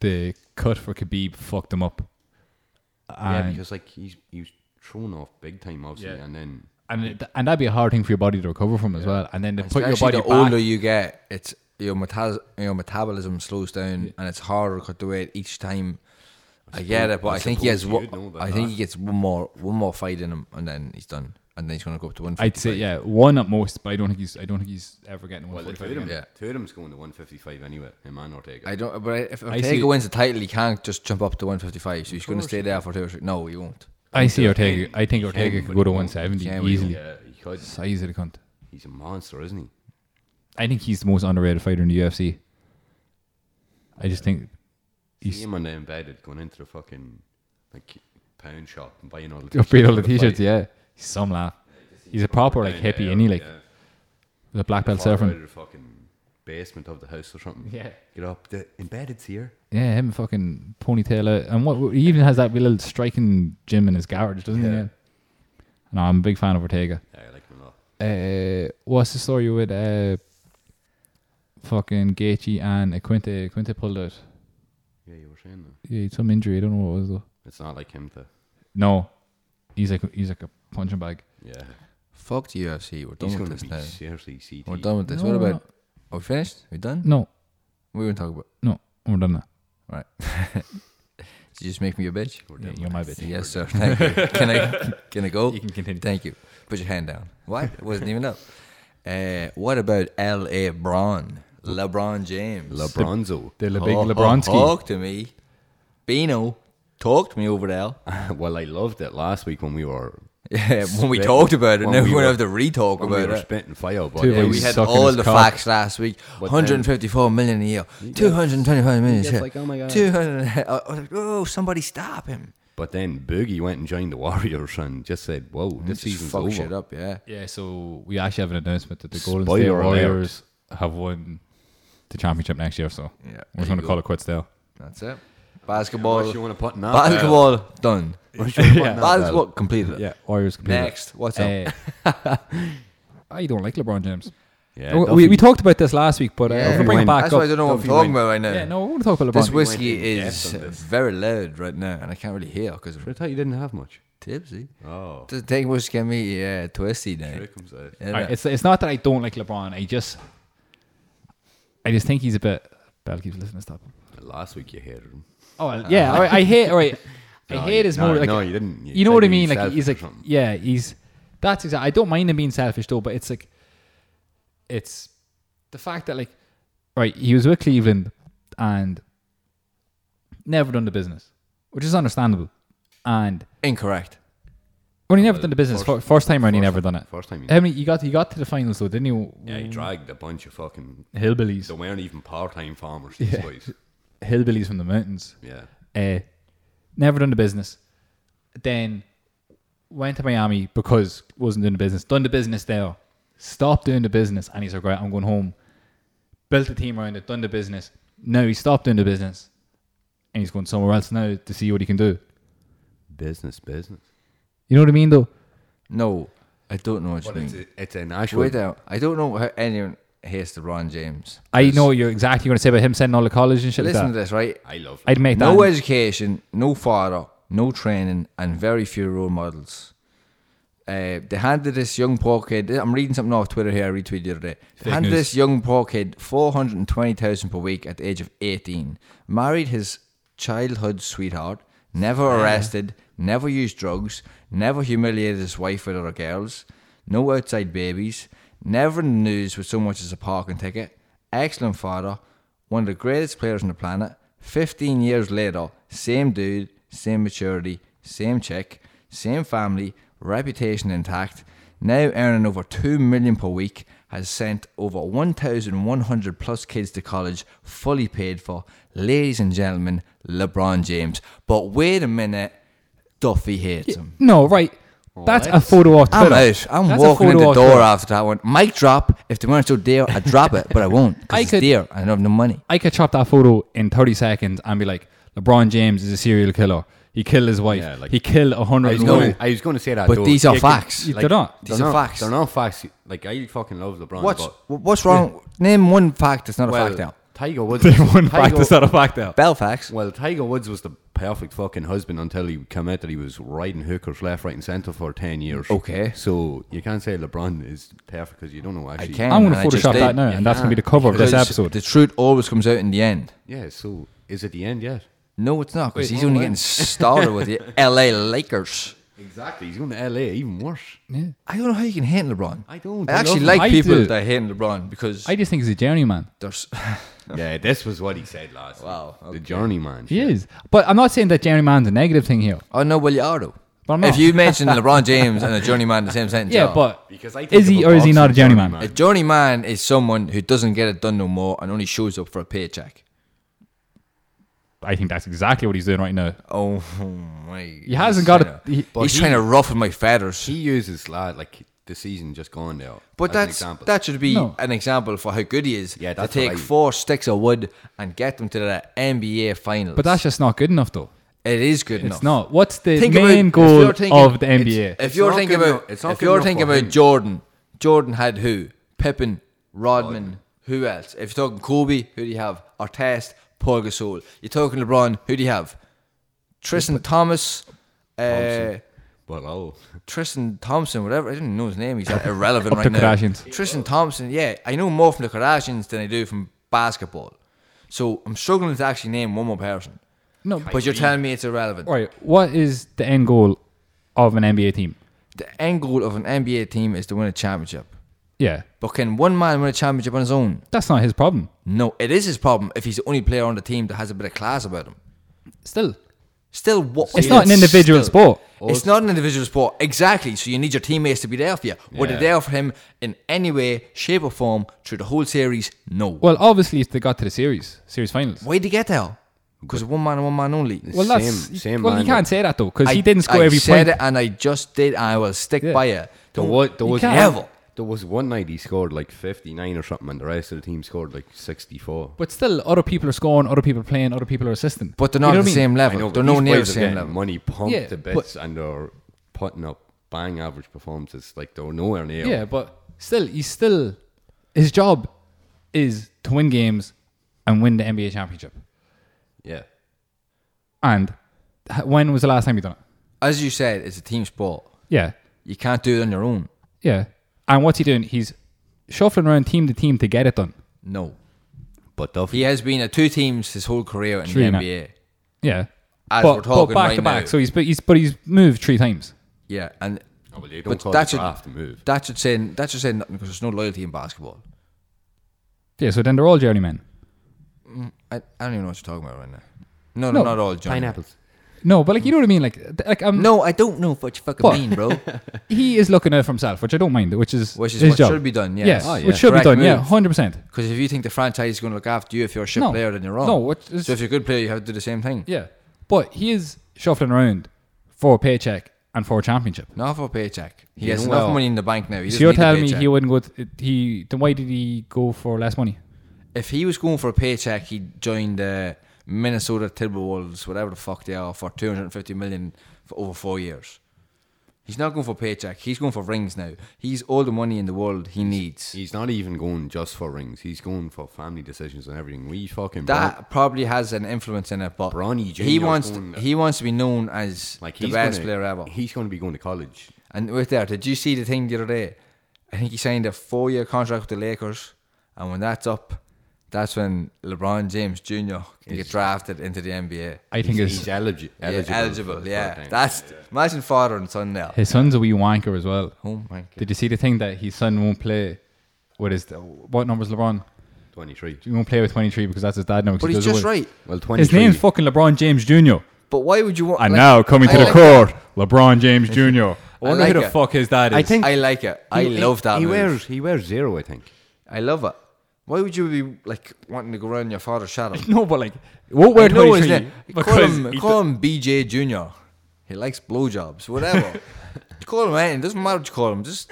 E: the cut for Khabib fucked him up.
F: Yeah,
E: And-
F: because like he's he was thrown off big time, obviously,
E: Yeah.
F: and then
E: and it, and that'd be a hard thing for your body to recover from as well. And then to put your
G: Especially
E: body
G: the older
E: back.
G: you get, it's your metas- your metabolism slows down and it's harder to cut the weight each time. I get it, but
F: I
G: I, think he has.
F: suppose you'd know
G: One,
F: about
G: I think
F: that.
G: he gets one more one more fight in him and then he's done. And then he's gonna go up to one.
E: I'd say yeah, one at most. But I don't think he's. I don't think he's ever getting
F: well, the
E: 145
F: two of them,
E: again.
G: Yeah.
F: two of them's going to 155 anyway. Him and Ortega.
G: I don't. But if
E: I see-
G: Ortega wins the title, he can't just jump up to 155. So he's going to stay there for two or three. No, he won't.
E: I see Ortega. I think Ortega
F: Ken,
E: could go
F: but
E: to
F: he won't.
E: 170
G: Ken, but he
E: easily.
F: yeah, he could.
E: Size of the cunt.
F: He's a monster, isn't he?
E: I think he's the most underrated fighter in the UFC. I just think
F: He's
E: he's
F: him on the embedded going into the fucking like pound shop and buying all the
E: You'll beat all the
F: for
E: t-shirts,
F: fight.
E: yeah. He's some laugh. He's a proper like
F: Down there,
E: hippie, and he like
F: yeah.
E: the black belt
F: Far out
E: surfing.
F: of the fucking basement of the house or something.
E: Yeah.
F: Get up. The embedded's here.
E: Yeah, him fucking ponytail out, and what he even has that wee little striking gym in his garage, doesn't he?
F: Yeah.
E: yeah? No, I'm a big fan of Ortega.
F: Yeah, I like him a lot.
E: Uh, what's the story with uh, fucking Gaethje and Quinte? Quinte pulled out.
F: Yeah, you were saying that.
E: Yeah, he had some injury. I don't know what it was though.
F: It's not like him to.
E: No, he's like he's like a punching bag.
F: Yeah.
G: Fuck the UFC. We're done
F: He's
G: with
F: going
G: this
F: to be
G: now.
F: seriously CT.
G: We're done with this.
E: No,
G: what
E: no,
G: about? Are we finished? We done?
E: No,
G: We were talking about.
E: no, we're done now.
G: Right. [LAUGHS] Did you just make me a bitch?
E: Yeah, you're my bitch.
G: Yes, sir. Thank you. Can I can I
F: [LAUGHS]
G: go? You
E: can continue.
G: Thank you. Put your hand down. What? It wasn't even up. Uh, what about L.A. Braun? LeBron James.
F: LeBronzo.
E: The big
G: Oh,
E: Lebronski.
G: Talk to me. Beano, talk to me over
F: [LAUGHS]
G: there. [LAUGHS]
F: well, I loved it last week when we were
G: Yeah, when we
F: Spitting.
G: talked about it,
F: When
G: now
F: we
G: we're going
F: were-
G: to have to re-talk
F: when we
G: about
F: were
G: it.
F: spitting fire, but
E: Two
F: yeah,
G: Yeah,
E: weeks.
F: we
G: we
E: he's
G: had
E: sucking
G: all
E: his
G: the
E: cock.
G: facts last week. 154 million a year, 225 million a
F: gets
G: year,
F: like, oh my God.
G: 200. I was like, [LAUGHS] oh, somebody stop him!
F: but then Boogie went and joined the [LAUGHS] Warriors and just said, "Whoa,
E: Mm,
F: this
G: Just
F: season's
G: fuck
F: over."
G: shit up, yeah.
E: Yeah, so we actually have an announcement that the Golden
F: Spoiler
E: State
F: alert.
E: Warriors have won the championship next year. So
G: Yeah,
E: we're
G: there
E: going
G: you
E: to
G: go.
E: call it quits there.
G: That's it.
F: What
G: Basketball.
F: you want to put now?
G: Basketball done.
E: yeah.
G: Basketball completed.
E: yeah, Warriors. completed it.
G: Next, what's up?
E: Uh, [LAUGHS] I don't like LeBron James. Oh,
F: Yeah,
E: we,
F: Duffy.
E: we talked about this last week, but uh,
G: Yeah.
E: if we bring it back
G: That's
E: up.
G: why I don't know what I'm
F: Duffy
G: talking
F: went-
G: about right now.
E: yeah, no, we're going to talk about LeBron.
G: this whiskey
F: went in
G: is
F: depth on this.
G: very loud right now, and I can't really hear because
F: I
G: I'm
F: thought you didn't have much.
G: tipsy.
F: Oh,
G: The thing was getting me uh, twisty now.
F: here comes out.
G: Yeah,
E: All right, it's, it's not that I don't like LeBron. I just I just think he's a bit Val keeps listening to stop.
F: Last week you hated him.
E: Oh well, yeah, all right, I hate. All right, I
F: Uh, No,
E: hate
F: you-
E: his
F: no,
E: more. Like,
F: no, you didn't. You
E: You, know
F: said
E: what I
F: he
E: mean?
F: was
E: Like he's like,
F: selfish or something.
E: yeah, he's. That's exactly. I don't mind him being selfish though, but it's like, it's the fact that like, right, he was with Cleveland and never done the business, which is understandable, and
G: Incorrect.
E: when he never done the business
F: Uh, first-
E: first, first time around, he
F: first-
E: never done it.
F: first time he-
E: How many? You got you got to the finals though, didn't you?
F: Yeah, he dragged a bunch of fucking.
E: hillbillies,
F: They weren't even part-time farmers. These
E: Yeah.
F: boys.
E: hillbillies from the mountains.
F: Yeah.
E: uh, never done the business. Then went to Miami because wasn't doing the business. Done the business there. Stopped doing the business, and he's like, right, I'm going home. Built a team around it. Done the business. Now he stopped doing the business, and he's going somewhere else now to see what he can do.
F: Business, business.
E: You know what I mean, though.
G: No, I don't know what you
F: But it's
G: mean.
F: a, it's an actual.
G: Wait down. I don't know how anyone hates LeBron James.
E: I know you're exactly going to say about him sending all the college and shit.
G: Listen
E: like
G: to
E: that.
G: this, right?
F: I love.
E: I'd make that.
G: No education, no father, no training, and very few role models. Uh, they handed this young poor kid. I'm reading something off Twitter here. I retweeted the other day. They
E: Fake
G: handed
E: news.
G: this young poor kid four hundred and twenty thousand per week at the age of eighteen. Married his childhood sweetheart. Never arrested. Never used drugs. Never humiliated his wife with other girls. No outside babies. Never in the news with so much as a parking ticket. Excellent father. One of the greatest players on the planet. Fifteen years later, same dude, same maturity, same chick, same family, reputation intact now earning over 2 million per week, has sent over 1,100 plus kids to college, fully paid for. Ladies and gentlemen, LeBron James. But wait a minute, Duffy hates him.
E: no, right. That's a photo off
G: I'm
E: Twitter.
G: out. I'm
E: That's a
G: walking in
E: photo
G: the
E: off
G: door
E: Twitter.
G: after that one. Mic drop. If they weren't so dear, I'd drop it, but I won't. 'cause
E: [LAUGHS] I
G: it's
E: could-
G: dear. I don't have no money.
E: I could chop that photo in 30 seconds and be like, LeBron James is a serial killer. He killed his wife.
F: Yeah, like-
E: he killed a
F: I
E: hundred.
F: was,
E: and
F: going
E: one. [LAUGHS]
G: No.
F: to, I was going to say that,
G: But
F: though.
G: these are
F: You can-
G: facts.
E: They're not.
G: These are facts.
F: They're not facts. Like I fucking love LeBron.
G: What's
F: but,
G: what's wrong? Name one fact that's not a fact now.
E: [LAUGHS]
F: Tiger Woods.
E: One fact
F: Tiger-
E: is not a fact though.
G: Belfax.
F: Well, Tiger Woods was the perfect fucking husband until he came out that he was riding hookers left, right, and centre for ten years.
G: Okay.
F: so you can't say LeBron is perfect because you don't know actually.
G: can.
E: I'm going to
G: Man, I just
E: Photoshop that
G: did.
E: now,
F: You
E: and that's going to be the
F: can't.
E: cover of this
G: Because
E: episode.
G: The truth always comes out in the end.
F: Yeah. So is it the end yet?
G: No, it's not because he's only getting started with the
E: [LAUGHS]
G: LA Lakers.
F: Exactly. He's going to LA. Even worse.
G: I don't know how you can hate LeBron.
F: I don't.
G: I
F: I
G: actually
F: love
G: like
F: him.
E: I
G: people
E: do.
G: that hate LeBron because
E: I just think he's a journeyman.
G: there's
F: Yeah, this was what he said last.
G: Wow,
F: week. The journeyman.
E: He is, but I'm not saying that journeyman's a negative thing here.
G: oh no, well you are though.
E: But I'm
G: if
E: not.
G: you
E: [LAUGHS]
G: mention LeBron James and a journeyman in the same sentence,
E: Yeah,
G: oh.
E: but
F: Because I think
E: is he
F: of a
E: or is he
F: boxing
E: not a journeyman?
G: a
F: journeyman.
G: journeyman is someone who doesn't get it done no more and only shows up for a paycheck.
E: I think that's exactly what he's doing right now.
G: Oh my!
E: He hasn't got it. he-
G: he's
F: he-
G: trying to ruffle my feathers.
F: He uses lad like the season just gone there.
G: But
F: as an
G: that's
F: example.
G: that should be
E: No.
G: an example for how good he is.
F: Yeah,
G: to
F: that's what
G: take
F: I-
G: four sticks of wood and get them to the NBA finals.
E: but that's just not good enough, though.
G: it is good enough.
E: It's not. What's the
G: Think about-
E: main
G: if
E: goal
G: you're thinking-
E: of the
G: it's-
E: NBA?
G: If
F: It's
G: you're
F: not
G: thinking
F: good
G: about,
F: enough- it's not
G: if
F: good
G: you're
F: enough
G: thinking
F: for
G: about
F: him.
G: Jordan, Jordan had who? Pippen, Rodman, who else? If you're talking Kobe, who do you have? Artest, Paul Gasol. You're talking LeBron, who do you have? Tristan Thomas, uh,
F: But oh,
G: Tristan Thompson, whatever. I didn't know his name. He's
E: [LAUGHS]
G: irrelevant
E: Up
G: right
E: the
G: now.
E: Kardashians.
G: Tristan Thompson. Yeah, I know more from the Kardashians than I do from basketball. So I'm struggling to actually name one more person.
E: no,
G: But you're telling me it's irrelevant.
E: all right. What is the end goal of an NBA team?
G: The end goal of an NBA team is to win a championship.
E: Yeah,
G: But can one man win a championship on his own?
E: that's not his problem.
G: No, it is his problem if he's the only player on the team that has a bit of class about him.
E: Still,
G: Still, what?
E: It's not an individual sport.
G: It's not an individual sport, exactly. So you need your teammates to be there for you. Were they
F: Yeah.
G: there for him in any way, shape, or form through the whole series? No.
E: Well, obviously, if they got to the series, series finals.
G: Why'd he get there? Because one man and one man only.
E: Well,
F: same,
E: that's
F: same
E: well, you
F: man
E: can't
F: that-
E: say that though because
G: I-
E: he didn't score
G: I
E: every
G: said
E: point.
G: it and I just did, and I will stick
E: Yeah.
G: by it.
F: There was, there
E: you
F: was
E: can't.
G: Ever.
F: There was one night he scored like 59 or something, and the rest of the team scored like 64.
E: But still, other people are scoring, other people are playing, other people are assisting.
G: But they're
E: You
G: not
E: know
G: at the
E: what I mean?
G: same
F: I
G: level.
F: know,
G: they're
F: but
G: no
F: these
G: near the
F: boys are
G: same
F: getting
G: level.
F: Money pumped
E: Yeah,
F: to
E: but-
F: bits, and they're putting up bang average performances. Like they're nowhere near.
E: Yeah, but still, he's still his job is to win games and win the NBA championship.
F: yeah.
E: And h- when was the last time you done it?
G: As you said, it's a team sport.
E: Yeah,
G: You can't do it on your own.
E: yeah. And what's he doing? He's shuffling around team to team to get it done.
G: No.
F: But Duffy,
G: He has been at two teams his whole career in
E: Three
G: the
E: now.
G: NBA.
E: Yeah.
G: As
E: but,
G: we're talking
E: but back
G: right
E: to back.
G: now.
E: So he's but he's but he's moved three times.
G: Yeah, and
F: oh, well, you don't
G: but
F: call
G: that
F: it a
G: should
F: draft and move.
G: that should say that should say nothing because there's no loyalty in basketball.
E: Yeah. So then they're all journeymen.
G: I, I don't even know what you're talking about right now. No, no,
E: No.
G: not all Johnny.
F: Pineapples.
E: No, but like you know what I mean. Like th- like um,
G: No, I don't know what you fucking
E: What?
G: mean,
E: [LAUGHS]
G: bro.
E: he is looking out for himself, which I don't mind. Which is
G: Which is
E: his
G: what
E: job.
G: should be done, yes.
E: Yes.
G: Oh, yeah.
E: Which should
G: Correct
E: be done. Yeah.
G: move.
E: Hundred percent.
G: Because if you think the franchise is going to look after you if you're a shit
E: No.
G: player, then you're wrong.
E: No, what is-
G: so if you're a good player, you have to do the same thing.
E: Yeah. But he is shuffling around for a paycheck and for a championship.
G: Not for a paycheck. He
F: Yeah,
G: has
F: well-
G: enough money in the bank now. He
E: So
G: doesn't
E: you're
G: need a
E: telling me
G: paycheck.
E: he wouldn't go? To, he then why did he go for less money?
G: if he was going for a paycheck, he joined the Minnesota Timberwolves, whatever the fuck they are, for 250 million for over four years. He's not going for a paycheck. He's going for rings now. He's all the money in the world he needs.
F: He's not even going just for rings. He's going for family decisions and everything. We fucking
G: That probably has an influence in it, but
F: Bronny
G: he
F: Jr.'s
G: wants
F: going there.
G: he wants to be known as
F: like
G: the
F: he's
G: best
F: gonna,
G: player ever.
F: He's going to be going to college.
G: And with that, did you see the thing the other day? I think he signed a four year contract with the Lakers, and when that's up, that's when LeBron James Jr. can get drafted into the NBA.
E: I think
F: he's,
E: his
F: eligi-
G: Yeah,
F: eligible.
G: eligible,
F: for- for
G: yeah.
F: things.
G: That's imagine father and son now.
E: his son's a wee wanker as well.
G: Oh my god.
E: Did you see the thing that his son won't play? What is the, what numbers LeBron?
F: twenty-three.
E: He won't play with twenty three because that's his dad now. 'cause
G: But
E: he
G: he's
E: does
G: just
E: away-
G: right.
F: Well,
E: His
F: twenty-three.
E: name's fucking LeBron James Jr.
G: But why would you want?
E: And
G: like-
E: now coming
G: I
E: to the
G: like
E: court, LeBron James Jr. [LAUGHS] I
G: I
E: wonder
G: like
E: who the
G: it.
E: fuck his dad is.
F: I think
G: I like it. I
F: He-
G: love that.
F: He
G: move.
F: wears he wears zero. I think.
G: I love it. Why would you be like wanting to go around your father's shadow?
E: no, but like [LAUGHS] what
G: I
E: were
G: know his
E: twenty [LAUGHS] three?
G: name. Call him, call him BJ Jr. He likes blowjobs,
F: [LAUGHS]
G: whatever. call him anything. Doesn't matter what you call him. Just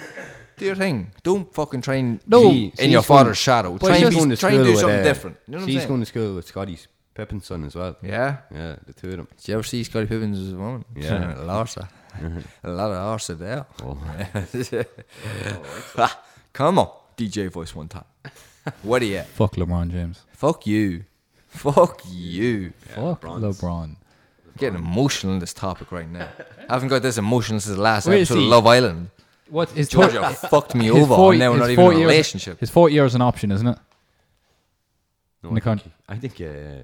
G: do your thing. Don't fucking try and
E: No,
G: be in
F: She's
G: your
F: going-
G: father's shadow. Try
F: she's
G: and,
F: going
G: be,
F: to
G: try and
F: school
G: do
F: with,
G: something
F: uh,
G: different. You know what I'm
F: she's
G: saying?
F: going to school with Scotty Pippen's son as well.
G: yeah.
F: Yeah, the two of them.
G: Did you ever see Scotty Pippins as [LAUGHS] a woman?
F: Yeah. [LAUGHS]
G: Larsa. a lot of arsa there.
F: Oh.
G: Ha, [LAUGHS] Come on, DJ voice one time. What are you?
E: Fuck LeBron James.
G: Fuck you. Fuck you.
E: fuck LeBron.
G: Getting emotional in this topic right now. I haven't got this emotional since the last
E: Where is
G: episode of
E: he?
G: Love Island.
E: What is
F: [LAUGHS]
G: Georgia fucked me over. and now we're not even in a relationship.
E: His fourth year is an option, isn't it?
F: No,
E: In the
F: I think
E: con-
F: he- I think. Uh,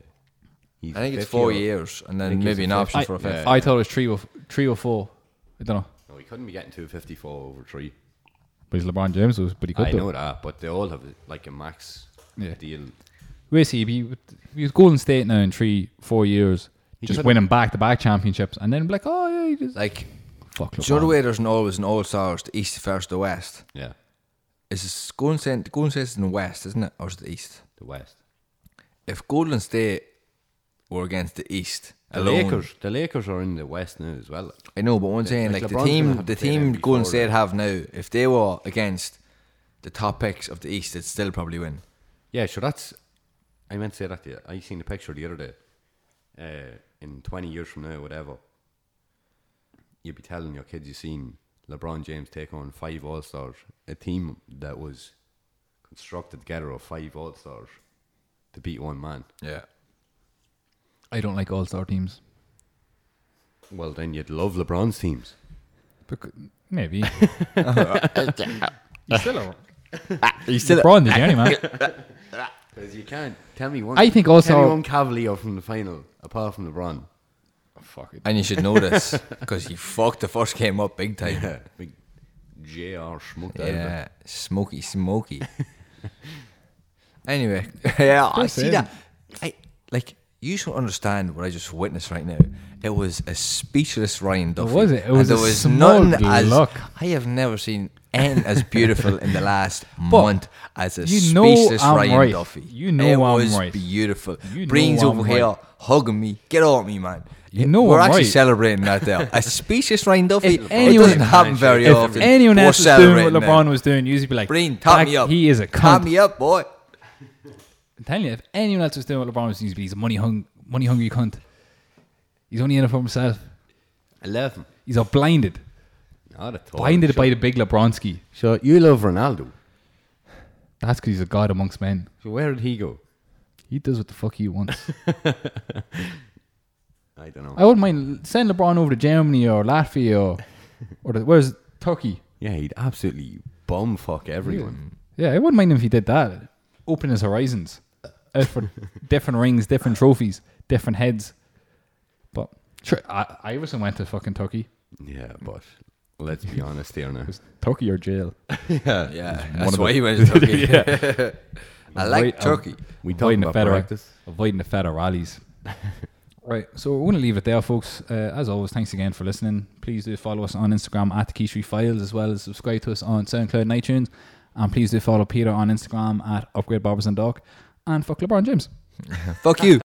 F: he's
G: I think it's
F: fifth
G: four
F: year.
G: years and
F: I think
G: then
F: he's
G: maybe
F: a
G: an
F: fifth.
G: option
E: I,
G: for a fifth.
E: I thought it was three or f- three or four. I don't know.
F: No, he couldn't be getting two fifty-four over three.
E: But he's LeBron James, was- but he could
F: I
E: do.
F: know that, but they all have like a max
E: Yeah.
F: deal.
E: Where's he? He he was Golden State now in three, four years, just
F: could-
E: winning back-to-back championships, and then be like, oh yeah, he just
G: Like,
E: fuck
G: do you know the
E: LeBron.
G: way there's an always an all stars, the East versus the West?
F: Yeah,
G: Is Golden State, Golden State's in the West, isn't it? Or is it the East?
F: the West.
G: if Golden State were against the East
F: The
G: alone,
F: Lakers, the Lakers are in the West now as well.
G: I know, but what I'm saying,
F: Like
G: like, the
F: LeBron's gonna
G: team,
F: have
G: the
F: to play them
G: team
F: before
G: Golden State
F: that.
G: have now, if they were against the top picks of the East, they'd still probably win.
F: Yeah, sure. That's. I meant to say that to you. I seen the picture the other day. Uh, in twenty years from now, whatever, you'd be telling your kids you seen LeBron James take on five All Stars, a team that was constructed together of five All Stars to beat one man.
G: Yeah,
E: I don't like all-star teams.
F: Well, then you'd love LeBron's teams.
E: Becau- [LAUGHS] Maybe. He's still a
G: Ah,
E: LeBron, the journeyman.
G: [LAUGHS]
F: Because you can't tell me one.
E: I think
F: tell me
E: also-
F: one Cavalier from the final apart from LeBron. Oh,
E: Fuck it.
G: and you should know this because he fucked the first game up big time. Yeah,
F: Big Jr. Schmucked out of it.
G: yeah. smoky, [LAUGHS] smoky. anyway, [LAUGHS] yeah, I
E: Just
G: see
E: saying.
G: that. I like. You should understand what I just witnessed right now. It was a speechless Ryan Duffy.
E: was it? It
G: and
E: was
G: there
E: a
G: was
E: smug
G: nothing as
E: look.
G: I have never seen anything as beautiful
E: [LAUGHS]
G: in the last month as a
E: you know
G: speechless
E: I'm
G: Ryan
E: right.
G: Duffy.
E: You know
G: it
E: I'm
G: was
E: right.
G: beautiful.
E: You know
G: Brings
E: I'm
G: over
E: right.
G: here, hugging me. Get on me, man.
E: You know
G: we're
E: I'm
G: actually
E: right.
G: celebrating that there.
E: [LAUGHS]
G: A speechless Ryan Duffy.
E: If
G: it
E: anyone-
G: doesn't happen very
E: If
G: often.
E: anyone
G: We're
E: else was doing what
G: celebrating that.
E: LeBron was doing, you'd be like,
G: Breen, top
E: "That-
G: me up.
E: He is a
G: Top
E: cunt.
G: me up, boy.
E: I'm telling you, if anyone else was doing what LeBron was doing, he'd be, he's a money hung, money hungry cunt. He's only in it for himself.
F: Eleven.
E: He's all blinded,
F: Not at all.
E: blinded
F: Sure.
E: by the big LeBronski.
F: So you love Ronaldo.
E: That's because he's a god amongst men.
F: So where did he go?
E: He does what the fuck he wants. [LAUGHS]
F: I don't know.
E: I wouldn't mind send LeBron over to Germany or Latvia or, or the, where's Turkey.
F: yeah, he'd absolutely bum fuck everyone. [LAUGHS]
E: Yeah, I wouldn't mind him if he did that. Open his horizons. out for different rings, different trophies, different heads. But sure, I, Iverson went to fucking Turkey.
F: Yeah, but let's be honest here now.
E: It was Turkey or jail.
F: yeah,
G: Yeah,
E: one
G: that's
E: of
G: why
E: the-
G: he went to Turkey. [LAUGHS] I like
E: Wait, um,
G: Turkey.
F: [LAUGHS] we talking
E: Avoiding the
F: about
E: federal,
F: practice.
E: avoiding the federal
F: [LAUGHS]
E: rallies. right, so we're going to leave it there, folks. Uh, as always, thanks again for listening. Please do follow us on Instagram at the Key Street Files, as well as subscribe to us on SoundCloud and iTunes. And please do follow Peter on Instagram at Upgrade Barbers and Doc, and fuck LeBron James.
G: Fuck you.